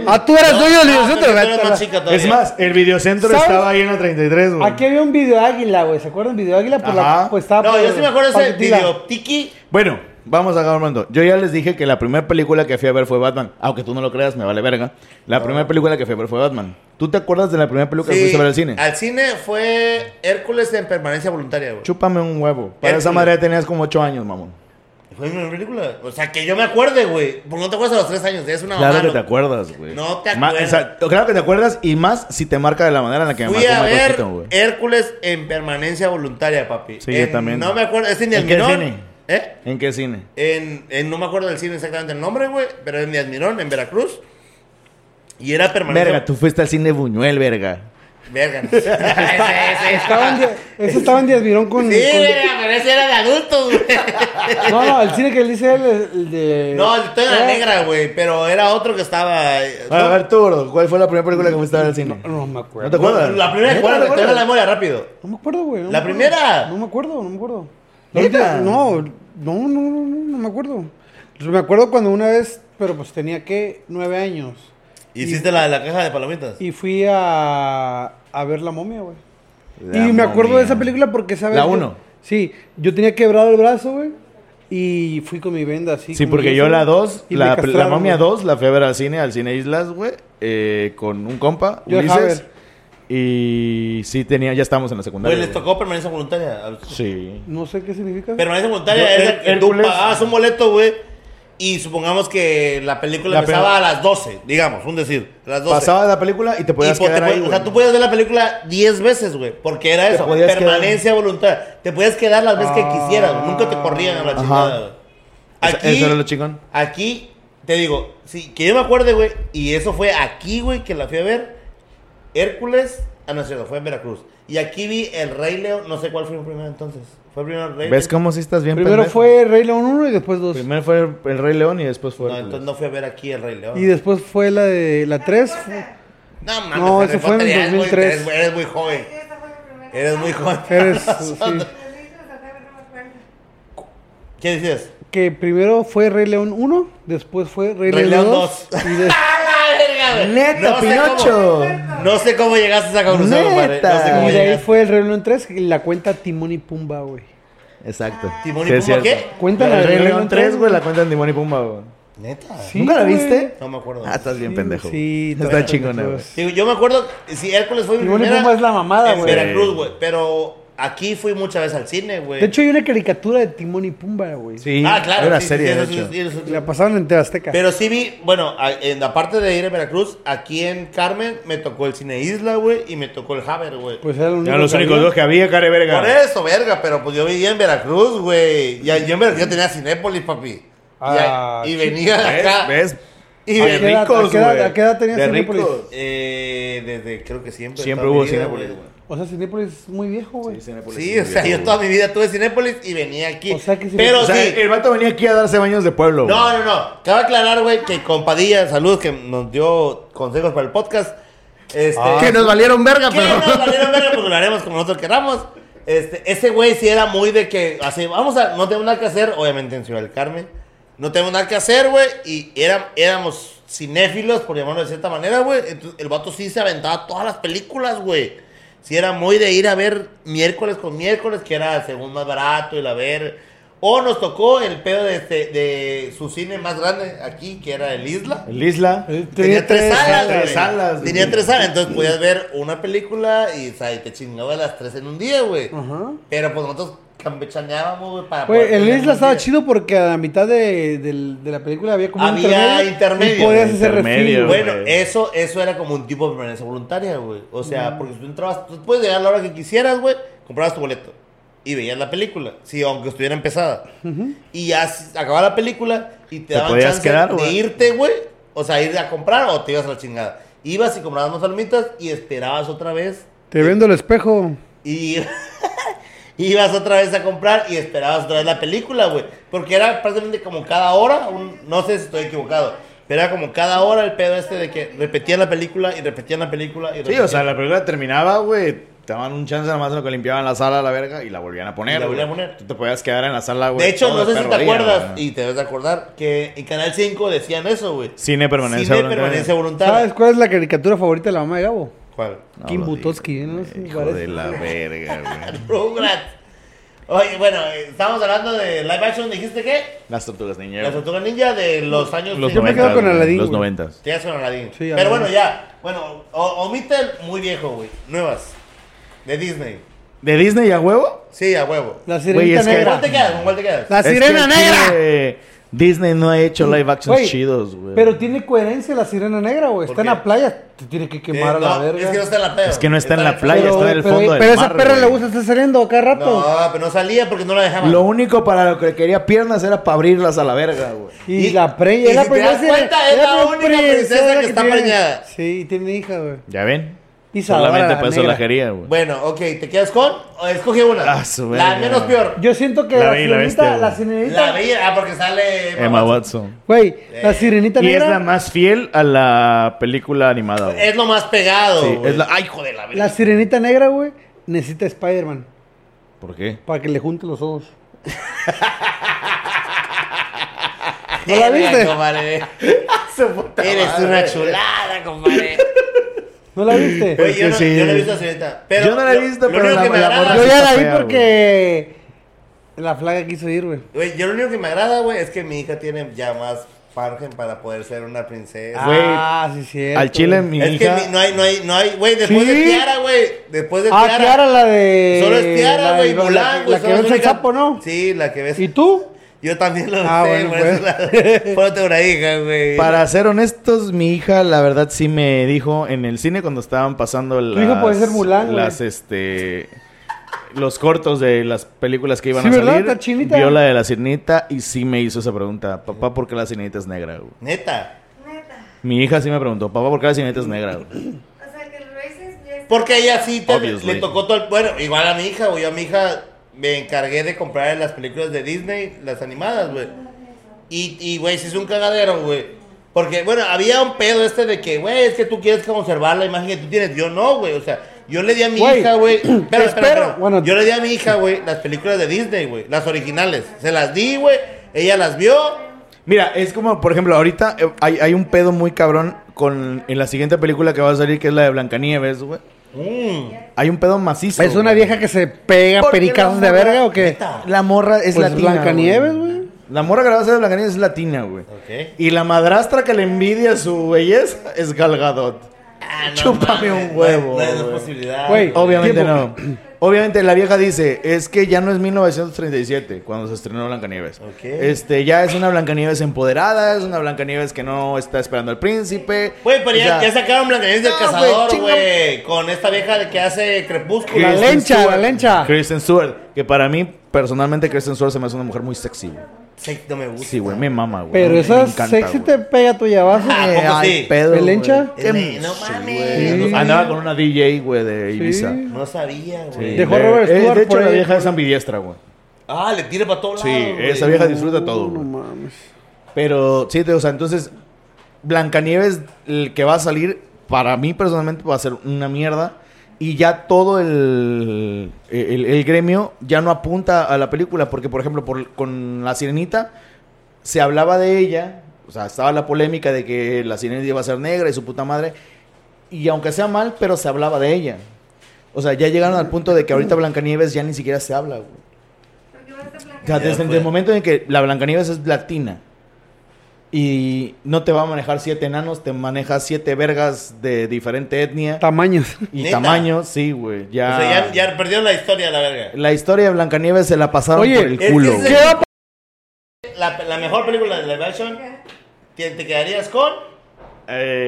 S2: Ah, tú eras dueño del
S1: Ah,
S2: videocentro.
S1: pero tú eras
S2: Vete a
S1: más
S2: la-
S1: chica todavía.
S3: Es más, el Videocentro
S2: ¿Sabes?
S3: estaba ahí en la 33, güey.
S2: Aquí había un video águila, güey. ¿Se acuerdan? Video águila por la.
S3: Ajá.
S2: Pues estaba
S1: No,
S2: por-
S1: yo sí me acuerdo de ese
S2: Paquetila.
S1: video Tiki.
S3: Bueno, vamos acá, Armando. Yo ya les dije que la primera película que fui a ver fue Batman. Aunque tú no lo creas, me vale verga. La primera película que fui a ver fue Batman. ¿Tú te acuerdas de la primera película que
S1: Sí,
S3: fuiste a ver al cine?
S1: Al cine fue Hércules en permanencia voluntaria, güey.
S3: Chúpame un huevo. Para
S1: Hércules.
S3: esa madre ya tenías como 8 años, mamón.
S1: Fue una película. O sea, que yo me acuerde, güey. Porque no te acuerdas a los tres años. Es una
S3: Claro
S1: mamá,
S3: que
S1: ¿no?
S3: te acuerdas, güey.
S1: No te
S3: Ma-
S1: acuerdas.
S3: esa- claro que te acuerdas y más si te marca de la manera en la que me
S1: Fui
S3: marcó
S1: a
S3: Michael
S1: ver
S3: Keaton, güey.
S1: Hércules en permanencia voluntaria, papi.
S3: Sí, yo
S1: En-
S3: también.
S1: No me acuerdo. Es en el
S3: ¿En qué
S1: Mirón.
S3: cine?
S1: ¿Eh?
S3: ¿En qué cine?
S1: En, en- no me acuerdo del cine exactamente el nombre, güey, pero en mi Admirón, en Veracruz. Y era permanente.
S3: Verga, tú fuiste al cine Buñuel, verga.
S1: Verga. Ese, ese.
S2: Estaba en die- Ese estaba en Díaz Mirón con.
S1: Sí,
S2: con-
S1: verga, pero ese era de adultos, güey.
S2: No, no, el cine que él dice él, el de.
S1: No, el de la
S2: Eh,
S1: negra, güey, pero era otro que estaba. eh,
S3: A
S1: no,
S3: ver, tú, bro, ¿cuál fue la primera película que fuiste a ver al cine?
S2: No me
S3: ¿No te
S2: acuerdo.
S3: acuerdas?
S1: La primera,
S3: ¿Neta,
S1: ¿cuál?
S3: te
S1: Te
S3: acuerdas?
S1: la memoria rápido.
S2: No me acuerdo, güey.
S1: ¿La
S2: no me acuerdo.
S1: primera?
S2: No me acuerdo, no me acuerdo. La
S3: ¿Neta?
S2: última- No, no, no, no, no, no me acuerdo. Me acuerdo cuando una vez, pero pues tenía que nueve años.
S1: Hiciste la de la caja de palomitas.
S2: Y fui a, a ver la momia, güey.
S3: La
S2: Y me acuerdo de esa
S3: momia.
S2: película porque esa vez
S3: La
S2: yo-
S3: uno.
S2: Sí, yo tenía quebrado el brazo, güey. Y fui con mi venda así.
S3: Sí,
S2: como
S3: porque
S2: yo
S3: yo
S2: soy,
S3: la 2,
S2: y me
S3: la,
S2: castraron,
S3: la momia
S2: güey.
S3: 2, la fui a ver al cine, al cine Islas, güey, eh, con un compa,
S2: Yo dejaba
S3: Ulises.
S2: ver.
S3: Y sí tenía, ya estábamos en la
S1: Güey,
S3: secundaria.
S1: les
S3: güey.
S1: tocó permanencia voluntaria. a los-
S3: Sí.
S2: No sé qué significa.
S1: Permanencia voluntaria
S3: Yo,
S1: es
S3: Her-
S1: el que tú
S3: Hércules.
S1: pagabas un boleto, güey. Y supongamos que la película
S3: La
S1: empezaba
S3: pe-
S1: a las 12, digamos, un decir. A las 12.
S3: Pasaba de la película y te podías
S1: Y pues,
S3: quedar
S1: te
S3: ahí,
S1: puede- o
S3: güey.
S1: sea, tú podías ver la película 10 veces, güey. Porque era
S3: Te
S1: eso,
S3: podías quedar.
S1: permanencia voluntaria. Te podías quedar las veces que
S2: Ah.
S1: quisieras. güey. Nunca te corrían a la
S3: Ajá.
S1: chingada, güey.
S3: Eso-
S1: Aquí,
S3: eso era lo chingón.
S1: Aquí, te digo, sí, que yo me acuerde, güey. Y eso fue aquí, güey, que la fui a ver. Hércules, ah, no es cierto, fue en Veracruz. Y aquí vi El Rey León, no sé cuál fue primero entonces. Fue primero el Rey
S3: ¿Ves
S1: León?
S3: cómo sí estás bien
S2: Primero
S3: pendejo?
S2: fue Rey León 1 y después 2.
S3: Primero fue el, el Rey León y después fue...
S1: No,
S3: el-
S1: entonces no fui a ver aquí El Rey León.
S2: Y después fue la de la 3.
S1: No, mames,
S2: No,
S1: Harry
S2: ese fue en
S1: Potter ya es muy-
S2: 2003.
S1: Eres, eres muy joven.
S5: Sí, esa fue la primera.
S1: Eres muy joven.
S2: Eres, sí.
S5: Los hice, o sea, no me acuerdo.
S1: ¿Qué dices?
S2: que primero fue Rey León 1, después fue Rey,
S1: Rey León
S2: León 2. y de-
S1: ¡A la verga, güey!
S4: Neta,
S1: No sé
S4: Pinocho.
S1: cómo- no sé cómo llegaste a esa conclusión, compadre. No sé
S4: Neta.
S1: cómo
S2: y de ahí
S1: llegaste.
S2: fue el Rey León 3, y la cuenta Timón y Pumba, güey.
S3: Exacto.
S1: Ah. ¿Timón y
S3: Sí, es
S1: Pumba
S3: cierto.
S1: qué?
S2: Cuéntala
S3: El
S2: de
S3: Rey
S2: Rey
S3: León
S2: León
S3: 3,
S2: tres,
S3: güey, la cuenta en Timón y Pumba, güey.
S1: Neta.
S2: Sí,
S4: ¿Nunca la
S2: güey.
S4: viste?
S1: No me acuerdo.
S3: Ah, estás bien
S2: Sí,
S3: pendejo.
S2: sí,
S3: güey.
S2: está
S3: Está chingona,
S2: pendejo.
S3: güey.
S1: Digo, yo me acuerdo, si Hércules fue mi
S2: Timón y
S1: primera.
S2: Pumba es la mamada,
S1: en
S2: güey.
S1: Veracruz, güey. Pero aquí fui muchas veces al cine, güey.
S2: De hecho, hay una caricatura de Timón y Pumba, güey.
S3: Sí.
S1: ah, claro.
S3: Era
S1: sí, sí,
S3: serie,
S1: sí,
S3: de
S1: eso sí,
S3: hecho.
S1: sí, eso sí.
S2: La pasaban en Tebasteca.
S1: Pero sí vi, bueno, a- en, aparte de ir a Veracruz, aquí en Carmen me tocó el Cine Isla, güey, y me tocó el Haber, güey.
S2: Pues era lo único
S3: Eran los
S2: que
S3: únicos
S2: había.
S3: dos que había, care verga.
S1: Por eso, verga, pero pues yo vivía en Veracruz, güey. Ya- Yo en Veracruz yo tenía Cinépolis, papi. Y-
S2: Ah,
S1: y,
S2: sí.
S1: venía de
S3: ¿Ves?
S1: acá.
S3: ¿Ves?
S1: Y
S3: Ah,
S1: de
S3: qué
S1: ri-
S2: edad-
S3: ricos,
S2: a qué edad-
S3: güey.
S2: a qué edad tenías
S3: De
S2: Cinépolis?
S3: ricos.
S1: eh, desde creo que siempre.
S3: Siempre
S1: toda
S3: hubo
S1: mi vida,
S3: Cinépolis,
S2: O sea, Cinépolis es muy viejo, güey.
S1: Sí, o sea, yo toda mi vida tuve Cinépolis y venía aquí.
S2: O sea que sí-
S1: pero
S3: O sea, eh,
S1: sí.
S3: el vato venía aquí a darse baños de pueblo. güey.
S1: No, no, no. Cabe aclarar, güey, que compadilla, saludos, que nos dio consejos para el podcast. Este,
S4: Que nos valieron verga,
S1: ¿Qué?
S4: pero.
S1: No, valieron verga, pues lo haremos como nosotros queramos. Este, ese güey sí era muy de que, así, vamos a, no tenemos nada que hacer, obviamente en Ciudad del Carmen. No tenemos nada que hacer, güey, y era- éramos cinéfilos, por llamarlo de cierta manera, güey. Entonces, el vato sí se aventaba todas las películas, güey. Sí era muy de ir a ver miércoles con miércoles, que era según más barato, y la ver. O nos tocó el pedo de, este, de su cine más grande aquí, que era el Isla.
S3: El Isla.
S2: Eh,
S1: Tenía tres salas, güey.
S3: tres salas, güey.
S1: Tenía tres salas, entonces podías ver una película y, o sea, y te chingaba las tres en un día, güey.
S2: Ajá.
S1: Pero pues nosotros campechaneábamos, güey, para.
S2: Güey,
S1: poder
S2: el
S1: tener un
S2: Isla estaba
S1: día.
S2: chido porque a la mitad de, del- de la película había como
S1: Había intermedio,
S2: Y podías hacer
S3: intermedio,
S2: refil, güey.
S1: Bueno,
S3: güey.
S1: eso, eso era como un tipo de permanencia voluntaria, güey. O sea, porque tú entrabas, tú puedes llegar a la hora que quisieras, güey, comprabas tu boleto y veías la película, sí, aunque estuviera empezada. Y ya s- acababa la película y te,
S3: Te
S1: daban
S3: podías
S1: chance
S3: quedar,
S1: de
S3: güey.
S1: irte, güey. O sea, ir a comprar o te ibas a la chingada. Ibas y comprabas unas palomitas y esperabas otra vez
S2: Te vendo el espejo.
S1: Y ibas otra vez a comprar y esperabas otra vez la película, güey. Porque era prácticamente como cada hora, un- no sé si estoy equivocado, pero era como cada hora el pedo este de que repetían la película y repetían la película y
S3: Sí, o
S1: repetían.
S3: sea, la película terminaba, güey. Te daban un chance nada más en lo que limpiaban la sala, la verga, y la volvían a poner.
S1: Y la
S3: güey.
S1: volvían a poner.
S3: Tú te podías quedar en la sala, güey.
S1: de hecho,
S3: todo
S1: no
S3: el
S1: sé si te
S3: perro día,
S1: acuerdas,
S3: güey.
S1: y te debes de acordar, que en Canal 5 decían eso, güey.
S3: Cine permanencia
S1: Cine
S3: voluntaria.
S1: permanencia voluntaria.
S2: ¿Sabes cuál es la caricatura favorita de la mamá de Gabo?
S1: ¿Cuál?
S3: No
S2: Kim
S3: lo
S2: Butowski, ¿eh?
S3: digas,
S2: ¿no?
S3: güey,
S2: Sí,
S3: Hijo
S2: parece.
S3: de la verga, güey.
S1: Rugrats. Oye, bueno, eh, estamos hablando de live action, ¿dijiste qué?
S3: Las tortugas niñas.
S1: La Tortuga Ninja de los años...
S3: Los
S2: Yo me
S3: 90.
S2: quedo con Aladdin,
S3: Los
S2: güey.
S3: 90.
S1: Te hace con Aladdin.
S2: Sí,
S1: Pero
S2: Aladdin.
S1: bueno, ya. Bueno, o- omite el muy viejo, güey. Nuevas. De Disney.
S3: ¿De Disney a huevo?
S1: Sí, a huevo.
S2: La
S3: Güey,
S2: sirenita
S3: es que-
S1: ¿Con cuál
S2: negra.
S1: te quedas? ¿Con cuál te quedas?
S2: La
S3: Es que
S2: sirena
S3: el
S2: negra.
S3: chile, Disney no ha hecho live actions
S2: Güey,
S3: chidos, güey.
S2: Pero tiene coherencia la sirena negra, güey. Está en
S1: qué?
S2: la playa, te tiene que
S1: Eh,
S2: quemar
S1: no,
S2: a la verga.
S1: Es que no está en la playa.
S3: Es que no está en la
S1: el-
S3: playa, está en el fondo del
S2: pero
S3: mar,
S2: esa perra
S3: güey.
S2: le gusta estar saliendo cada rato.
S1: No, pero no salía porque no la dejaban.
S2: Ah.
S3: Lo único para lo que quería piernas era para abrirlas a la verga, güey.
S2: Y,
S1: Y-
S2: la
S1: y si
S2: preña.
S1: te das cuenta, es la única princesa que está preñada.
S2: Sí, tiene hija, güey.
S3: ¿Ya ven?
S2: Y
S3: Solamente
S2: Salvador,
S3: para
S2: la
S3: eso
S2: negra.
S3: la quería, güey.
S1: Bueno, ok, ¿te quedas con? O Escoge una.
S3: Ah, su
S1: la
S3: verga.
S1: menos peor.
S2: Yo siento que
S3: La
S2: la,
S3: Bella y la
S2: sirenita,
S3: Bestia,
S2: la
S3: güey.
S1: La
S2: sirenita,
S1: veía, ah, porque sale
S3: Emma Watson.
S2: güey, la sirenita
S3: Y es
S2: negra,
S3: la más fiel a la película animada, güey.
S1: Es lo más pegado.
S3: Sí,
S1: güey.
S3: es la-
S1: Ay, hijo de la verga.
S2: la sirenita negra, güey, necesita a Spider-Man
S3: ¿Por qué?
S2: para que le junte los ojos. ¿No la viste?
S1: compadre. Eres una chulada, compadre.
S2: ¿No la viste?
S1: Oye,
S3: Es
S1: yo,
S3: que
S1: no,
S3: sí.
S1: yo no he visto a la señorita. Pero
S3: Yo no la he
S1: lo-
S3: visto,
S1: lo
S3: pero
S1: único
S3: la-
S1: que me
S3: la
S1: agrada-
S3: morra
S2: Yo ya la
S3: está
S2: vi
S3: fea, güey.
S2: porque la flaga quiso ir, güey.
S1: Güey, yo lo único que me agrada, güey, es que mi hija tiene ya más margen para poder ser una princesa.
S3: Güey,
S2: Ah, sí, cierto.
S3: Al chile,
S2: güey.
S3: mi
S1: es
S3: hija.
S1: que mi- no hay, no hay, no hay, güey, después
S2: Sí.
S1: de Tiara, güey, después de
S2: Ah,
S1: Tiara.
S2: Tiara, la de.
S1: Solo es
S2: la
S1: Tiara,
S2: de-
S1: güey,
S2: la-
S1: Mulan, güey.
S2: La que
S1: son las
S2: ves el
S1: únicas-
S2: sapo, ¿no?
S1: Sí, la que ves.
S2: ¿Y tú?
S1: Yo también lo
S2: Ah,
S1: sé,
S2: bueno,
S1: por eso la- por eso tengo una hija, güey.
S3: Para ser honestos, mi hija, la verdad, sí me dijo en el cine cuando estaban pasando las...
S2: hijo puede ser Mulan,
S3: Las,
S2: güey.
S3: este... Los cortos de las películas que iban
S2: Sí,
S3: a
S2: ¿verdad?
S3: salir.
S2: Está chinita.
S3: Vio la de la sirenita y sí me hizo esa pregunta. Papá, ¿por qué la sirenita es negra, güey?
S1: Neta.
S5: Neta.
S3: Mi hija sí me preguntó. Papá, ¿por qué la sirenita es negra, güey?
S5: O sea, que el Races ya está-
S1: Porque ella sí te-
S3: Obviously.
S1: le tocó todo el. Bueno, igual a mi hija, güey. Yo a mi hija me encargué de comprar las películas de Disney, las animadas, güey. Y, y, güey, sí es un cagadero, güey. Porque, bueno, había un pedo este de que, güey, es que tú quieres conservar la imagen que tú tienes. Yo no, güey. O sea, yo le di a mi
S2: Güey,
S1: hija, güey. Espera, espera,
S2: espero.
S1: espera.
S2: Bueno,
S1: yo le di a mi hija, güey, las películas de Disney, güey. Las originales. Se las di, güey. Ella las vio.
S3: Mira, es como, por ejemplo, ahorita eh, hay, hay un pedo muy cabrón con en la siguiente película que va a salir, que es la de Blancanieves, güey.
S1: Mm.
S3: Hay un pedo macizo.
S2: ¿Es una
S3: güey.
S2: vieja que se pega
S3: ¿Por qué
S2: pericazos de
S3: la morra-
S2: verga o qué?
S1: Neta.
S3: La morra es
S2: Pues
S3: latina.
S2: Blancanieves, güey.
S3: La morra que la va a hacer de Blancanieves es latina, güey.
S1: Ok.
S3: Y la madrastra que le envidia su belleza es Galgadot. Chúpame un huevo,
S1: Ah, No hay- no hay
S3: güey.
S1: posibilidad.
S2: Güey,
S3: Obviamente
S2: Tiempo.
S3: no. Obviamente la vieja dice, es que ya no es 1937 cuando se estrenó Blancanieves.
S1: Ok.
S3: Este, ya es una Blancanieves empoderada, es una Blancanieves que no está esperando al príncipe.
S1: Güey, pero
S3: O
S1: ya,
S3: sea,
S1: ya sacaron Blancanieves del
S3: no, güey,
S1: cazador,
S3: chinga-
S1: güey. Con esta vieja que hace crepúsculo.
S2: La
S3: Kristen
S2: lencha,
S3: Stewart-
S2: la lencha.
S3: Kristen Stewart, que para mí personalmente Kristen Stewart se me hace una mujer muy sexy. güey.
S1: Sí, no me gusta.
S3: Sí, güey, me mama, güey.
S2: Pero
S3: Me
S2: esa
S3: encanta,
S2: sexy
S3: güey.
S2: te pega tu llavazo.
S1: Ah,
S3: Eh,
S1: ¿a poco
S3: ay,
S1: sí?
S3: pedo,
S2: ¿El
S3: güey.
S2: lencha?
S1: Es
S3: Qué
S1: de- no
S3: sí,
S1: mames.
S3: güey.
S2: Sí.
S3: Andaba con una DJ, güey, de Ibiza.
S1: No sabía, güey.
S3: Sí,
S2: Dejó a
S3: le-
S2: Robert
S3: eh,
S2: Stewart
S3: De hecho,
S2: por
S3: la
S2: ahí.
S3: vieja es ambidiestra, güey.
S1: Ah, le tira para todos
S3: Sí,
S1: lados. güey.
S3: esa vieja disfruta todo,
S2: No
S3: güey.
S2: mames.
S3: Pero sí, te- o sea, entonces Blancanieves, el que va a salir, para mí personalmente va a ser una mierda. Y ya todo el, el, el gremio ya no apunta a la película. Porque, por ejemplo, por- con La Sirenita se hablaba de ella. O sea, estaba la polémica de que La Sirenita iba a ser negra y su puta madre. Y aunque sea mal, pero se hablaba de ella. O sea, ya llegaron al punto de que ahorita Blancanieves ya ni siquiera se habla, güey.
S5: Porque va a estar
S3: O sea,
S5: platicando.
S3: desde
S1: fue.
S3: el momento en que la Blancanieves es latina y no te va a manejar siete enanos, te maneja siete vergas de diferente etnia
S2: Tamaños.
S3: y
S1: ¿Neta?
S3: tamaño, sí, güey. Ya,
S1: O sea, ya, ya perdieron la historia, la verga.
S3: La historia de Blancanieves se la pasaron
S2: Oye,
S3: por el
S1: es-
S3: culo.
S1: es-
S3: güey.
S2: ¿Qué va a
S1: La, la mejor película de live action. ¿Te, te quedarías con?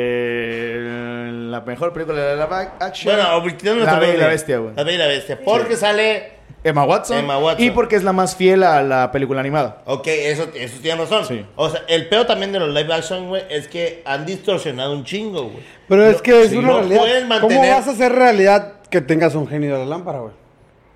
S3: Eh, la mejor película de la live action.
S1: Bueno, obteniendo
S3: La Bella y la Bestia, güey.
S1: La Bella y la Bestia. Porque sale.
S3: Emma Watson.
S1: Emma Watson.
S3: Y porque es la más fiel a la película animada.
S1: Ok, eso, eso tiene razón.
S3: Sí.
S1: O sea, el peor también de los live action, güey, es que han distorsionado un chingo, güey.
S2: Pero es que es
S1: sí,
S2: una
S1: no
S2: realidad.
S1: puedes
S2: ¿Cómo
S1: mantener-
S2: vas a hacer realidad que tengas un genio de la lámpara, güey?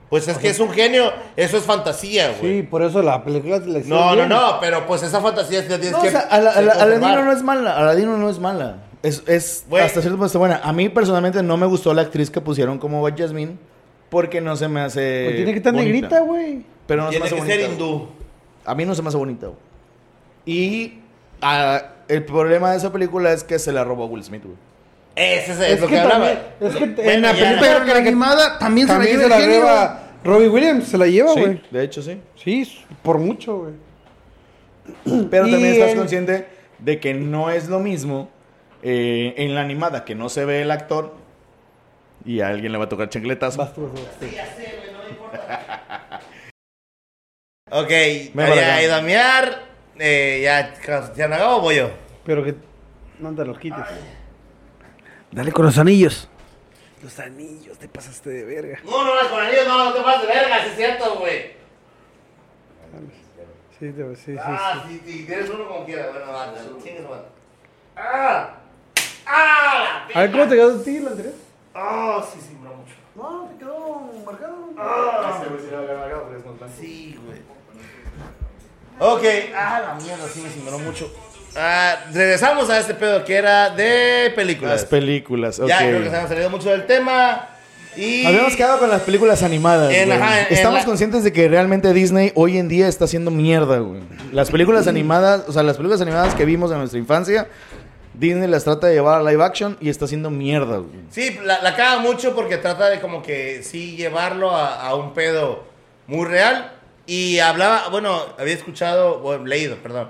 S1: Pues es que es un genio, eso es fantasía, güey.
S2: Sí, por eso la película la hicieron
S1: no, no,
S2: bien.
S1: no, pero pues esa fantasía es que tienes
S3: No,
S1: que.
S3: o sea, a la- a la-
S1: conservar.
S3: Aladino no es mala. Aladino no es mala. Es, es
S1: Güey.
S3: hasta cierto punto está buena. A mí personalmente no me gustó la actriz que pusieron como White Jasmine porque no se me hace.
S2: Pues tiene que estar
S3: bonita.
S2: negrita, güey.
S3: Pero no
S1: Tiene
S3: se
S1: que
S3: me hace
S1: ser
S3: bonita,
S1: hindú.
S3: güey. A mí no se me hace bonita. güey. Y ah, el problema de esa película es que se la robó Will Smith. güey.
S1: Ese es,
S2: Es
S1: lo que,
S2: que
S1: hablaba.
S2: también- es que
S1: Bueno,
S2: en la
S1: ya,
S2: película-
S4: Pero en la animada también,
S2: También
S4: se
S2: se
S4: la
S2: la
S4: lleva el genio.
S2: lleva Robbie Williams, se la lleva, güey.
S3: Sí, de hecho sí.
S2: Sí. por mucho, güey.
S3: Pero
S2: Y
S3: también estás
S2: el-
S3: consciente de que no es lo mismo eh, en la animada que no se ve el actor y a alguien le va a tocar chancletas.
S2: Vas tú, vas tú.
S1: Ok,
S3: Ven para
S1: ya
S3: acá.
S1: he ido a miar. Eh, ya, Cristiano Gabo, voy yo.
S2: Pero que no te los quites. Dale con los anillos. Los anillos, te pasaste de verga.
S1: No, no, no, con anillos no, no te vas de verga, sí es cierto, güey.
S2: Sí, te- sí, sí.
S1: Ah, si sí, tienes uno como quieras, bueno, va, chingues, man. ¡Ah! ¡Ah!
S2: A ver, ¿cómo te quedó a ti la anterior?
S1: ¡Oh, sí, sí, bro, mucho! Ah,
S2: No, te quedó marcado.
S1: Sí, güey. Ok. Ah, la mierda, sí me simbró mucho. Ah, regresamos a este pedo que era de películas.
S3: Las películas, ok.
S1: Ya creo que se han salido mucho del tema. Y.
S3: Habíamos quedado con las películas animadas.
S1: En-
S3: güey.
S1: ajá, en- en
S3: Estamos
S1: la-
S3: conscientes de que realmente Disney hoy en día está haciendo mierda, güey. Las
S1: Mm.
S3: películas animadas, o sea, las películas animadas que vimos en nuestra infancia, Disney las trata de llevar a live action y está haciendo mierda, güey.
S1: Sí, la, la caga mucho porque trata de como que sí llevarlo a, a un pedo muy real. Y hablaba, bueno, había escuchado, bueno, leído, perdón.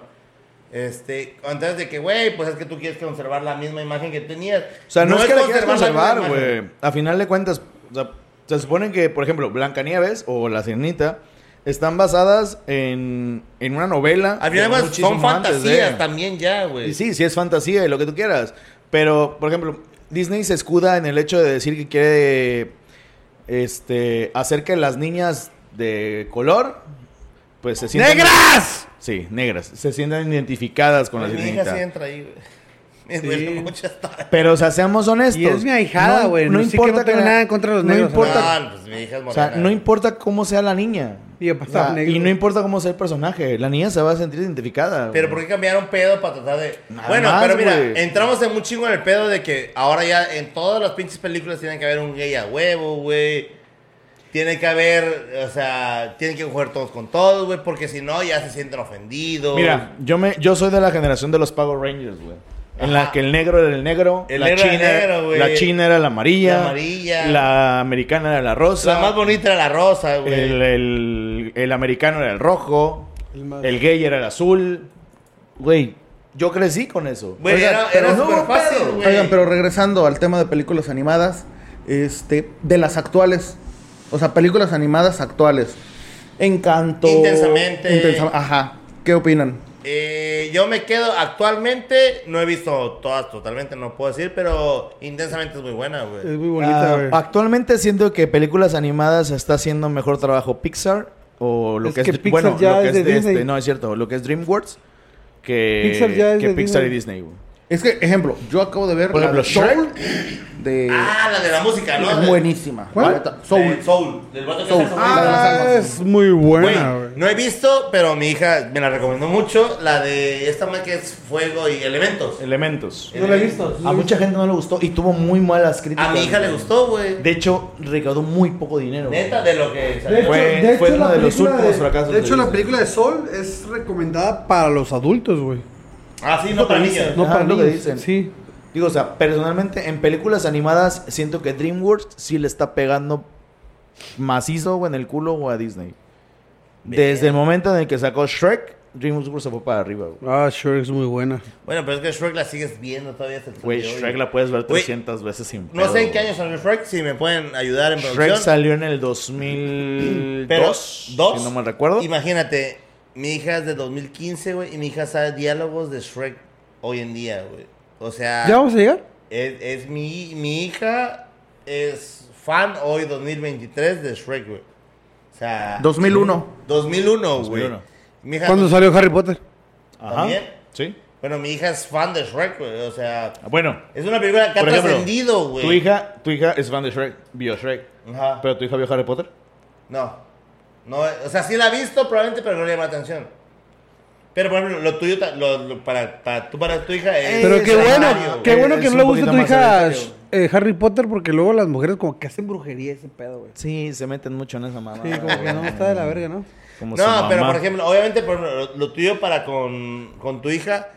S1: Este, antes de que, güey, pues es que tú quieres conservar la misma imagen que tenías.
S3: O sea, no, es que la quieras
S1: misma
S3: conservar,
S1: imagen.
S3: güey. A final de cuentas, o sea, se supone que, por ejemplo, Blancanieves o La Sirenita están basadas en, en una novela.
S1: Al final,
S3: de
S1: pues, son
S3: muchísimo antes de-
S1: fantasías también ya, güey.
S3: Y sí, sí es fantasía y lo que tú quieras. Pero, por ejemplo, Disney se escuda en el hecho de decir que quiere este, hacer que las niñas de color pues se sientan...
S2: ¡Negras!
S3: Sí, negras. Se sientan identificadas con la
S1: Mi hija sí
S3: sirenita.
S1: entra ahí, güey. Me duele mucho hasta.
S3: Pero, o sea, seamos honestos.
S2: Y es mi ahijada,
S3: No-
S2: güey.
S3: No,
S2: Así que
S3: importa
S2: no tengo
S3: que-
S2: nada en contra de los
S3: no
S2: negros,
S3: Importa,
S1: No, pues mi hija es
S3: o sea,
S1: morena.
S3: no importa cómo sea la niña.
S2: Y yo, pues, estaba
S3: O sea,
S2: negro.
S3: y no importa cómo sea el personaje. La niña se va a sentir identificada.
S1: Pero
S3: güey.
S1: ¿por qué cambiaron pedo para tratar de...?
S3: Nada
S1: bueno,
S3: más,
S1: pero mira,
S3: güey.
S1: entramos en un chingo en el pedo de que ahora ya en todas las pinches películas tienen que haber un gay a huevo, güey. Tiene que haber, o sea, tienen que jugar todos con todos, güey, porque si no ya se sienten ofendidos.
S3: Mira, yo, me, yo soy de la generación de los Power Rangers, güey. En la
S1: Ajá.
S3: que el negro era el negro,
S1: El
S3: la,
S1: negro era
S3: china,
S1: el negro, güey.
S3: la china era la amarilla,
S1: La amarilla.
S3: la americana era la rosa,
S1: la más bonita era la rosa, güey.
S3: el, eh, el- el americano era el rojo,
S2: El
S3: el,
S2: más-
S3: gay era el azul. Güey, yo crecí con eso.
S1: Güey,
S4: Oigan,
S1: era,
S4: pero
S1: era
S4: no hubo
S1: súper fácil,
S4: pedo,
S1: güey.
S4: Oigan, pero regresando al tema de películas animadas, este, de las actuales, o sea, películas animadas actuales. Encanto.
S1: Intensamente.
S4: Intensa- ajá. ¿Qué opinan?
S1: Eh, yo me quedo actualmente, no he visto todas totalmente, no puedo decir, pero intensamente es muy buena,
S2: Es
S1: güey.
S2: muy bonita,
S3: Ah,
S2: güey.
S3: actualmente siento que películas animadas está haciendo mejor trabajo Pixar o lo
S2: Es
S3: que,
S2: que
S3: es
S2: Pixar
S3: bueno,
S2: ya
S3: lo que
S2: es
S3: es,
S2: de
S3: de este,
S2: Disney.
S3: no es cierto, lo que es DreamWorks que
S2: Pixar ya es
S3: que
S2: de
S3: Pixar
S2: Disney.
S3: y Disney. güey.
S4: Es que, ejemplo, yo acabo de ver
S3: Por
S4: la de
S3: ejemplo,
S4: Soul de
S1: Ah, la de la música, ¿no?
S4: es buenísima.
S2: ¿Cuál?
S4: La neta, Soul.
S1: Soul. Soul. Del vato que
S4: Soul.
S1: hace
S4: Ah,
S1: sonido.
S2: Ah, es muy
S1: Güey,
S2: buena, güey.
S1: no he visto, pero mi hija me la recomendó mucho. La de esta más que es Fuego y Elementos.
S3: Elementos.
S2: No la he visto.
S3: A mucha gente no le gustó y tuvo muy malas críticas.
S1: A mi hija le
S3: güey.
S1: gustó, güey.
S3: De hecho, recaudó muy poco dinero. güey.
S1: Neta, de lo que.
S2: De hecho-
S3: Fue-
S2: de
S3: fue
S2: hecho,
S3: uno
S2: la
S3: de los
S2: película
S3: últimos fracasos
S2: De
S3: de
S2: hecho, la
S3: Disney.
S2: película de Sol es recomendada para los adultos, güey.
S1: Ah, sí, no para niños.
S2: No
S3: Ajá,
S2: para
S3: es lo que
S2: niños.
S3: dicen.
S2: Sí.
S3: Digo, o sea, personalmente en películas animadas siento que DreamWorks sí le está pegando macizo o en el culo o a Disney. Desde el momento en el que sacó Shrek, DreamWorks se fue para arriba, güey.
S2: Ah, sure, es muy buena.
S1: Bueno, pero es que Shrek la sigues viendo todavía. hasta el
S3: Güey,
S1: día de hoy.
S3: Shrek la puedes ver
S1: Güey,
S3: 300 veces sin
S1: No sé en
S3: pedo,
S1: qué
S3: güey.
S1: año salió Shrek, si me pueden ayudar en
S3: Shrek
S1: producción.
S3: salió en el 2002,
S1: pero dos,
S3: si no mal recuerdo.
S1: Imagínate, mi hija es de 2015, güey, y mi hija sabe diálogos de Shrek hoy en día, güey. O sea,
S2: ¿Ya vamos a llegar?
S1: es, es mi, mi hija es fan hoy 2023 de Shrek, güey. O sea,
S4: 2001.
S1: 2001, güey.
S3: 2001.
S1: Mi hija
S2: ¿Cuándo salió Harry Potter?
S1: también.
S3: Sí. Ah,
S1: Bueno, mi hija es fan de Shrek, güey. O sea,
S3: Bueno,
S1: es una película que ha
S3: Por ejemplo,
S1: trascendido, güey.
S3: tu hija, tu hija es fan de Shrek, vio Shrek.
S1: Ajá.
S3: Pero tu hija vio Harry Potter.
S1: No. No, o sea, sí la ha visto probablemente, pero no le llama la atención. Pero, por ejemplo, lo tuyo, ta- lo, lo- para, para, tú, para tu hija es...
S2: Pero
S1: es
S2: qué bueno,
S1: Mario,
S2: qué
S1: güey.
S2: bueno que
S3: Es
S2: no le
S3: un
S2: guste a tu
S3: poquito
S2: hija
S3: más hereditario.
S2: eh, Harry Potter porque luego las mujeres como que hacen brujería ese pedo, güey.
S3: Sí, se meten mucho en esa mamá.
S2: Sí, como que no, está de la verga, ¿no?
S3: Como su
S1: No, pero,
S3: mamá.
S1: por ejemplo, obviamente, por ejemplo, lo, lo tuyo para con, con tu hija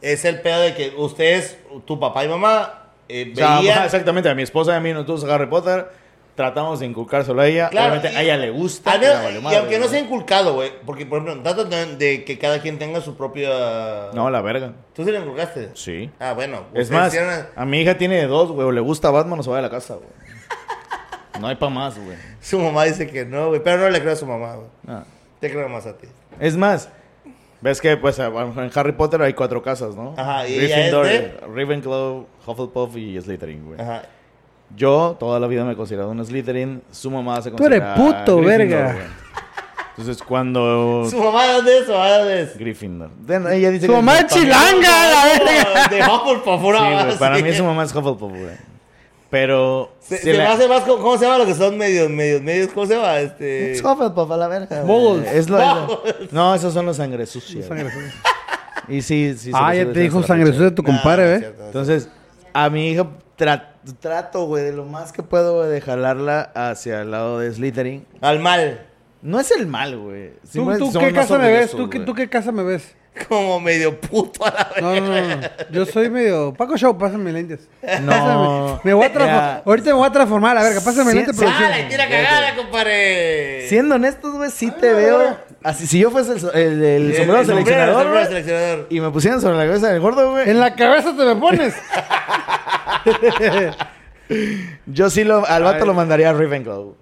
S1: es el pedo de que ustedes, tu papá y mamá, eh,
S3: O sea,
S1: veían...
S3: ajá, exactamente, a mi esposa y a mí nos gusta Harry Potter. Tratamos de inculcárselo a ella.
S1: Claro,
S3: Obviamente
S1: y-
S3: a ella le gusta.
S1: al
S3: pero
S1: menos-
S3: vale
S1: y
S3: madre,
S1: aunque no
S3: güey.
S1: sea inculcado, güey, porque, por ejemplo, trata de, de que cada quien tenga su propia...
S3: No, la verga.
S1: ¿Tú sí le inculcaste?
S3: Sí.
S1: Ah, bueno. ustedes
S3: Es más,
S1: hicieron-
S3: a mi hija tiene dos, güey. O le gusta Batman o se va de la casa, güey. No hay pa' más, güey.
S1: Su mamá dice que no, güey, pero no le creo a su mamá, güey.
S3: Nada.
S1: Te creo más a ti.
S3: Es más, ves que pues a- en Harry Potter hay cuatro casas, ¿no?
S1: Ajá, y ella es
S3: Gryffindor,
S1: de-
S3: Ravenclaw, Hufflepuff y Slytherin, güey.
S1: Ajá.
S3: Yo toda la vida me he considerado un Slytherin. Su mamá se
S2: Tú eres
S3: considera
S2: puto,
S3: Gryffindor,
S2: verga.
S3: güey. Entonces cuando...
S1: Su mamá es de eso, de eso.
S3: Gryffindor. Den- Ella dice
S2: ¡Tu
S3: que-
S2: mamá es chilanga, la verga!
S1: De Hufflepuff, una
S3: Sí,
S1: mamá
S3: güey, para
S1: así.
S3: mí su mamá es Hufflepuff, güey. Pero...
S1: Se,
S3: si
S1: se
S3: le-
S1: me hace más, ¿cómo, cómo se llama lo que son medios, medios, medios? ¿Cómo se llama? Este...
S3: Es Hufflepuff, a la verga. güey.
S2: Muggles.
S3: Es lo- No, esos son los sangre sucias.
S2: Sangre sucia.
S3: Y sí, sí. se
S2: Ah,
S3: los
S2: ya
S3: sirven
S2: te dijo
S3: hasta la
S2: sangre
S3: fecha.
S2: sucia tu compadre, ¿eh?
S3: Entonces, a mi hija tra- trato, güey, de lo más que puedo güey, de jalarla hacia el lado de Slytherin.
S1: Al mal.
S3: No es el mal, güey.
S2: ¿Tú,
S3: Simplemente
S2: tú
S3: son
S2: qué
S3: más
S2: casa me ves?
S3: orgullosos,
S2: ¿Tú, qué-
S3: güey.
S2: ¿Tú qué casa me ves?
S1: Como medio puto a la vez.
S2: No, no, no. no. Yo soy medio... Paco Show, pásame lentes.
S3: No.
S2: Me voy a transformar.
S3: Mira,
S2: Ahorita me voy a transformar. A ver, pásame
S3: Sí,
S2: lentes,
S3: sí.
S2: producción.
S1: ¡Ah, le tira cagada, compadre!
S3: Siendo honestos, güey, sí te
S2: la
S3: veo.
S2: verga.
S3: Así, si yo fuese el, so- el, el
S1: El-
S3: sombrero
S1: el
S3: seleccionador
S1: sombrero
S3: güey,
S1: seleccionador.
S3: y me pusieran sobre la cabeza del gordo, güey,
S2: En la cabeza te me pones.
S3: yo sí lo, al vato lo mandaría a Ravenclaw. güey.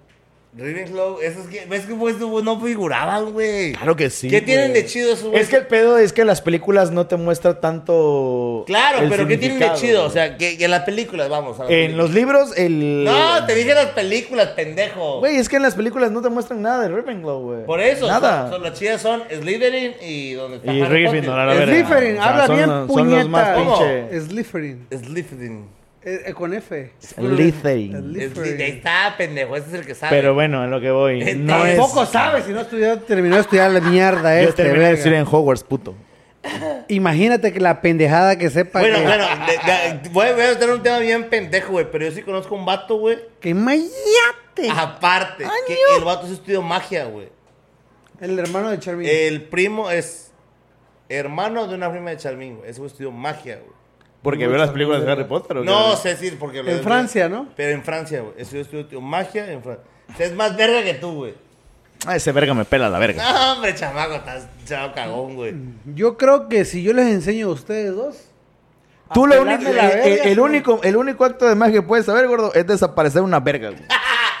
S1: Ravenclaw, eso es que... ¿Ves que pues, no no figuraban, güey?
S3: Claro que sí.
S1: ¿Qué
S3: güey.
S1: tienen de chido esos güeyes?
S3: Es que el pedo es que las películas no te muestran tanto.
S1: Claro,
S3: el
S1: pero ¿qué tienen de
S3: significado,
S1: chido?
S3: güey.
S1: O sea, que, que en las películas, vamos. a las
S3: en los libros, el.
S1: películas. No, te dije las películas, pendejo.
S3: Güey, es que en las películas no te muestran nada de Ravenclaw, güey.
S1: Por eso,
S3: Nada.
S1: son, son las chidas son Slytherin y donde está
S3: Y
S1: Harry
S3: Gryffindor, a la
S1: Potter.
S3: verga.
S2: Slytherin,
S3: O sea,
S2: habla
S3: son
S2: bien,
S3: los- son los
S2: puñeta.
S3: más
S1: ¿Cómo?
S3: pinche-
S2: Slytherin.
S1: Slytherin.
S2: Eh, eh, con F.
S3: Slytherin.
S1: Slytherin. Ahí
S2: Slytherin.
S1: está, pendejo, ese es el que sabe.
S3: Pero bueno, a lo que voy. No es.
S2: Tampoco sabes si no estudió, terminó de estudiar la mierda
S3: Yo
S2: este,
S3: terminé de
S2: verga.
S3: estudiar en Hogwarts, puto.
S1: neta.
S2: Imagínate que la pendejada que sepa
S1: bueno,
S2: que,
S1: bueno, de- de- voy, a- voy a tener un tema bien pendejo, güey, pero yo sí conozco un vato, güey.
S2: que mayate.
S1: Aparte, que el vato se estudió magia, güey.
S2: El hermano de Charmin.
S3: Eh,
S1: El primo es hermano de una prima de Charmín, güey. Ese güey estudió magia, güey.
S3: Porque veo las películas de Harry Potter. ¿o
S1: No
S3: qué?
S1: sé decir porque... lo-
S2: En Francia, ¿no?
S1: Pero en Francia, güey. Estudió, estudió magia en Francia. O sea, es más verga que tú, güey.
S3: Ah, ese verga me pela la verga.
S1: No, hombre, chamaco, estás chavo cagón, güey.
S3: Mm.
S2: Yo creo que si yo les enseño a ustedes dos. a
S3: Tú lo
S2: pelarme
S3: único,
S2: la
S3: el,
S2: verga,
S3: el- el
S2: güey.
S3: único, el único acto de magia que puedes saber, gordo, es desaparecer una verga, güey.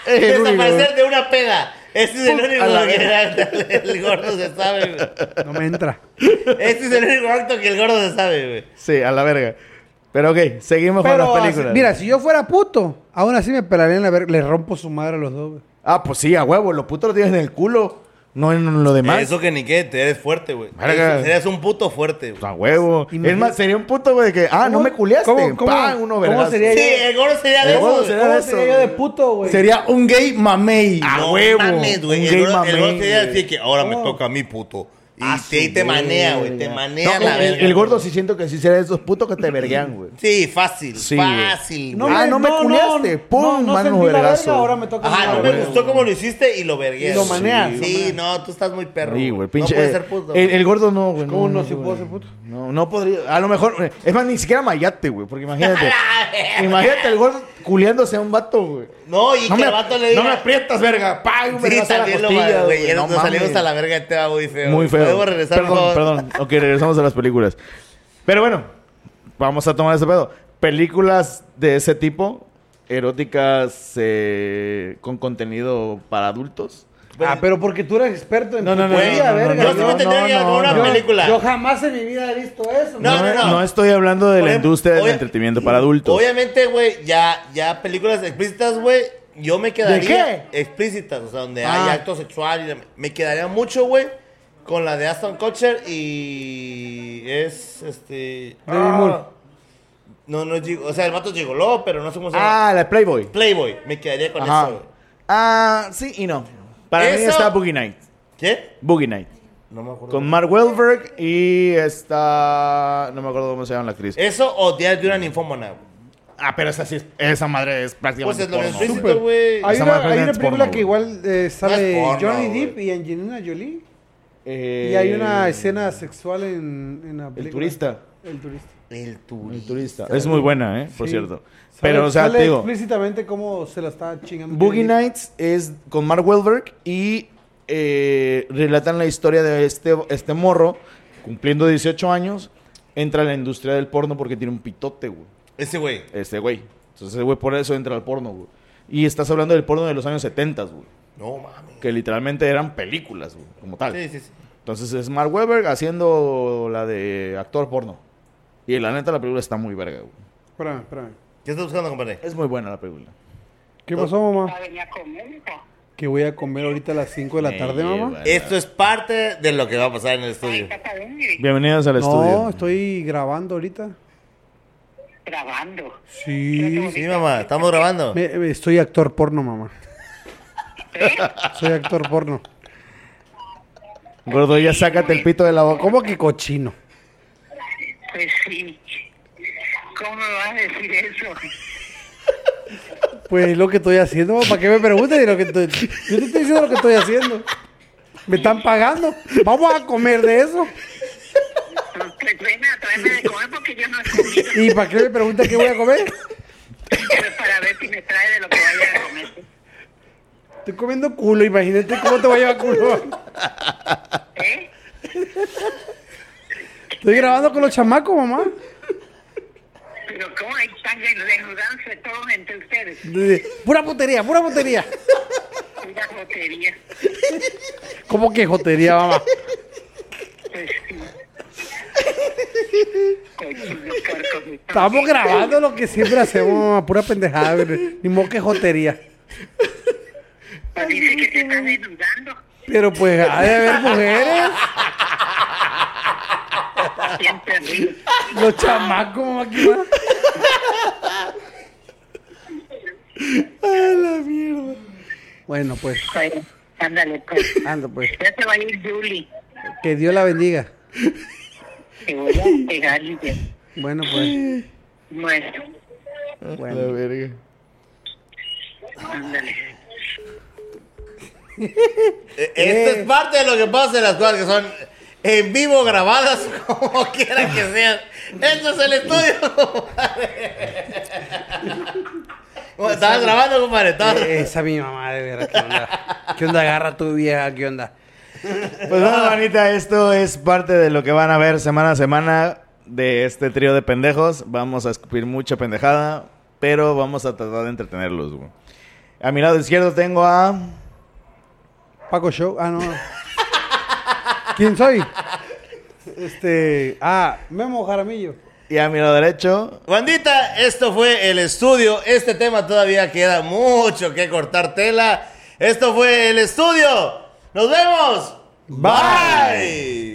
S3: Es Eh, el único,
S1: Desaparecer de una peda. Este es el único
S3: a la
S1: que el gordo se sabe, güey.
S2: No me entra.
S1: Este es el único acto que el gordo se sabe, güey.
S3: Sí, a la verga. Pero ok, seguimos
S2: Pero,
S3: con las
S2: así-
S3: películas.
S2: mira, si yo fuera puto, aún así me pelarían la verga. Le rompo su madre a los dos, güey.
S3: Ah, pues sí, a huevo, los putos lo tienes en el culo, no en lo demás.
S1: Eso que ni qué, te eres fuerte, güey.
S3: Verga.
S1: Eres eres un puto fuerte,
S3: Pues,
S1: güey.
S3: A huevo.
S2: Imagínate.
S3: Es más, sería un puto, güey, que, ah, no
S2: ¿Cómo-
S3: me culeaste.
S2: cómo- cómo-
S3: pa, uno
S2: cómo
S3: vergazo.
S2: sería?
S1: Sí, el gordo sería de
S3: El gordo
S1: esos, güey.
S3: sería de esos, güey.
S2: puto, güey?
S4: Sería un gay mamey.
S3: Ah,
S1: No
S3: huevo.
S1: mames, güey.
S3: Un
S1: El
S3: gay
S1: gordo- el gordo
S3: mamey,
S1: sería
S3: güey.
S1: así que ahora me
S2: No.
S1: toca a mí, puto. Y
S3: Ah,
S1: te,
S3: su
S1: te manea, güey. Te
S3: verga.
S1: manea
S3: No,
S1: la
S3: el,
S1: verga.
S3: el gordo sí siento que sí sería de esos putos que te verguean, güey.
S1: Sí, fácil.
S3: Sí, güey.
S1: fácil,
S3: No
S1: güey.
S3: Ah, me culeaste. Pum, mano,
S2: sentí la verga,
S3: vergazo.
S2: Ahora me toca
S1: Ajá,
S2: la
S1: Ah, no me
S2: verga.
S1: gustó cómo lo hiciste y lo vergué.
S2: Y lo maneas, lo
S1: Sí,
S2: maneas.
S1: no, tú estás muy perro.
S3: Sí, güey,
S1: no
S3: pinche.
S1: puedes
S3: eh,
S1: ser puto.
S3: el, el gordo no, güey.
S2: ¿Cómo no,
S3: güey.
S2: si puedo ser puto?
S3: No, no podría. A lo mejor. eh, Es más, ni siquiera mayate, güey. Porque imagínate. imagínate el gordo culeándose a un vato, güey.
S1: no, y que el vato le diga.
S3: no me aprietas, verga. Pa, un
S1: Sí,
S3: vergazo a la
S1: también lo
S3: costilla,
S1: mal,
S3: güey.
S1: güey. Ya
S3: No
S1: nos salimos
S3: mames.
S1: a la verga de tema muy feo.
S3: Muy feo.
S1: Podemos regresar, por
S3: Perdón,
S1: favor?
S3: perdón. Ok, regresamos a las películas. Pero bueno, vamos a tomar ese pedo. Películas de ese tipo, eróticas eh, con contenido para adultos.
S2: Ah, pero porque tú eres experto en
S3: No, no, no,
S1: Güey,
S2: putería,
S3: no, no,
S2: verga.
S1: yo sí
S3: no,
S1: me tendría que ir
S3: no,
S1: con una
S3: no.
S2: yo-
S1: película.
S2: yo jamás en mi vida he visto eso.
S1: No, no, no.
S3: estoy hablando de
S1: Por
S3: la
S1: ejemplo,
S3: industria del
S1: obvia-
S3: entretenimiento para adultos.
S1: Obviamente, güey, ya, ya películas explícitas, güey, yo me quedaría. Explícitas, o sea, donde
S3: Ah.
S1: hay acto sexual. y la- me quedaría mucho, güey, con la de Aston Kutcher y. Es este.
S2: Demi
S1: ah,
S2: Moore.
S1: No, no es gig- O sea, el vato gigoló, pero no sé cómo se llama.
S3: Ah, la Playboy.
S1: Playboy, me quedaría con
S3: Ajá.
S1: eso, güey.
S3: Ah, sí y no. Para mí
S1: Eso-
S3: está Boogie Night.
S1: ¿Qué?
S3: Boogie Night.
S1: No me acuerdo.
S3: Con Mark Wahlberg y está... No me acuerdo cómo se llama la actriz.
S1: Eso o Días de una ninfómana, güey.
S3: Eh, Ah, pero esa sí es- Esa madre es
S1: Pues
S3: prácticamente
S1: es lo
S3: porno.
S1: explícito,
S2: Súper.
S1: güey.
S2: Hay
S3: Esa
S2: una,
S3: madre
S2: hay una
S3: es
S2: película
S3: porno,
S2: que
S3: güey.
S2: igual eh, sale
S1: No es porno,
S2: Johnny
S1: güey.
S2: Depp y Angelina Jolie.
S3: Eh,
S2: Y hay una escena sexual en, en la película.
S3: turista.
S2: El turista.
S1: El turista.
S3: El turista. Es muy buena, ¿eh? Por
S2: Sí.
S3: cierto.
S2: Sale-
S3: Pero, o sea,
S2: sale
S3: te digo,
S2: explícitamente cómo se la está chingando.
S3: Boogie
S2: Johnny Depp.
S3: Nights es con Mark Wahlberg y eh, relatan la historia de este, este morro cumpliendo 18 años. Entra a la industria del porno porque tiene un pitote, güey.
S1: Ese güey.
S3: Este güey. Entonces, ese güey por eso entra al porno, güey. Y estás hablando del porno de los años 70, güey.
S1: No mames.
S3: Que literalmente eran películas, güey, como tal.
S1: Sí, sí, sí.
S3: Entonces es Mark Webber haciendo la de actor porno. Y la neta, la película está muy verga, güey.
S2: Espérame, espérame.
S1: ¿Qué estás buscando, compadre?
S3: Es muy buena la película.
S2: ¿Qué pasó, mamá? Que voy a comer ahorita a las 5 de la
S3: Me
S2: tarde, mamá.
S3: lleva.
S1: Esto es parte de lo que va a pasar en el estudio.
S3: Bienvenidos al
S2: No,
S3: estudio.
S2: estoy grabando ahorita.
S6: Grabando.
S2: Sí.
S1: Sí, mamá, estamos grabando.
S2: Me- me- estoy actor porno, mamá. ¿Eh? Soy actor porno.
S3: Gordo, ya sácate el pito de la boca. ¿Cómo?
S2: ¿Cómo que cochino?
S6: Pues sí. ¿Cómo me vas a decir eso?
S2: Pues lo que estoy haciendo, ¿para qué me preguntas? de lo que estoy- Yo te estoy diciendo lo que estoy haciendo. Me están pagando. Vamos a comer de eso.
S6: Pues ven a traerme de comer porque yo no he comido.
S2: ¿Y para qué me preguntas qué voy a comer?
S6: Pues para ver si me trae de lo que vaya a comer.
S2: Estoy comiendo culo, imagínate cómo te voy a llevar culo.
S6: ¿Eh?
S2: Estoy grabando con los chamacos, mamá.
S6: Pero ¿cómo hay tanta desnudanza todos entre ustedes?
S2: Pura putería, pura putería.
S6: Una jotería.
S2: ¿Cómo que jotería, mamá?
S6: Pues sí. Cochino, puerco, mi padre.
S2: Estamos grabando lo que siempre hacemos, mamá. Pura pendejada, güey. Ni modo que jotería.
S6: Pues Dice que te estás desnudando.
S2: Pero pues, ha de haber mujeres.
S6: Siempre río.
S2: Los chamacos, mamá. ¿qué más? Bueno, pues,
S6: Pues, ándale, pues.
S2: ando, pues.
S6: Ya se va a ir Julie.
S2: Que Dios la bendiga.
S6: Te voy a pegar y ya.
S2: Bueno, pues.
S6: Bueno,
S2: Bueno.
S3: verga.
S6: ándale.
S1: Eh, Esto es parte de lo que pasa en las cosas que son en vivo grabadas, como quiera que sean. Esto es el estudio, compadre. Bueno, Estabas grabando, compadre. estabas-
S2: Eh, Esa mi mamá, de veras, ¿qué onda? ¿Qué onda? Agarra tu vieja, ¿qué onda?
S3: Pues bueno, manita, esto es parte de lo que van a ver semana a semana de este trío de pendejos. Vamos a escupir mucha pendejada, pero vamos a tratar de entretenerlos, güey. A mi lado izquierdo tengo a...
S2: Paco Show. Ah, no. ¿Quién soy? Este. Ah, Memo Jaramillo.
S3: Y a mi lado derecho...
S1: Bandita, esto fue el estudio. Este tema todavía queda mucho que cortar tela. Esto fue el estudio. Nos vemos. Bye.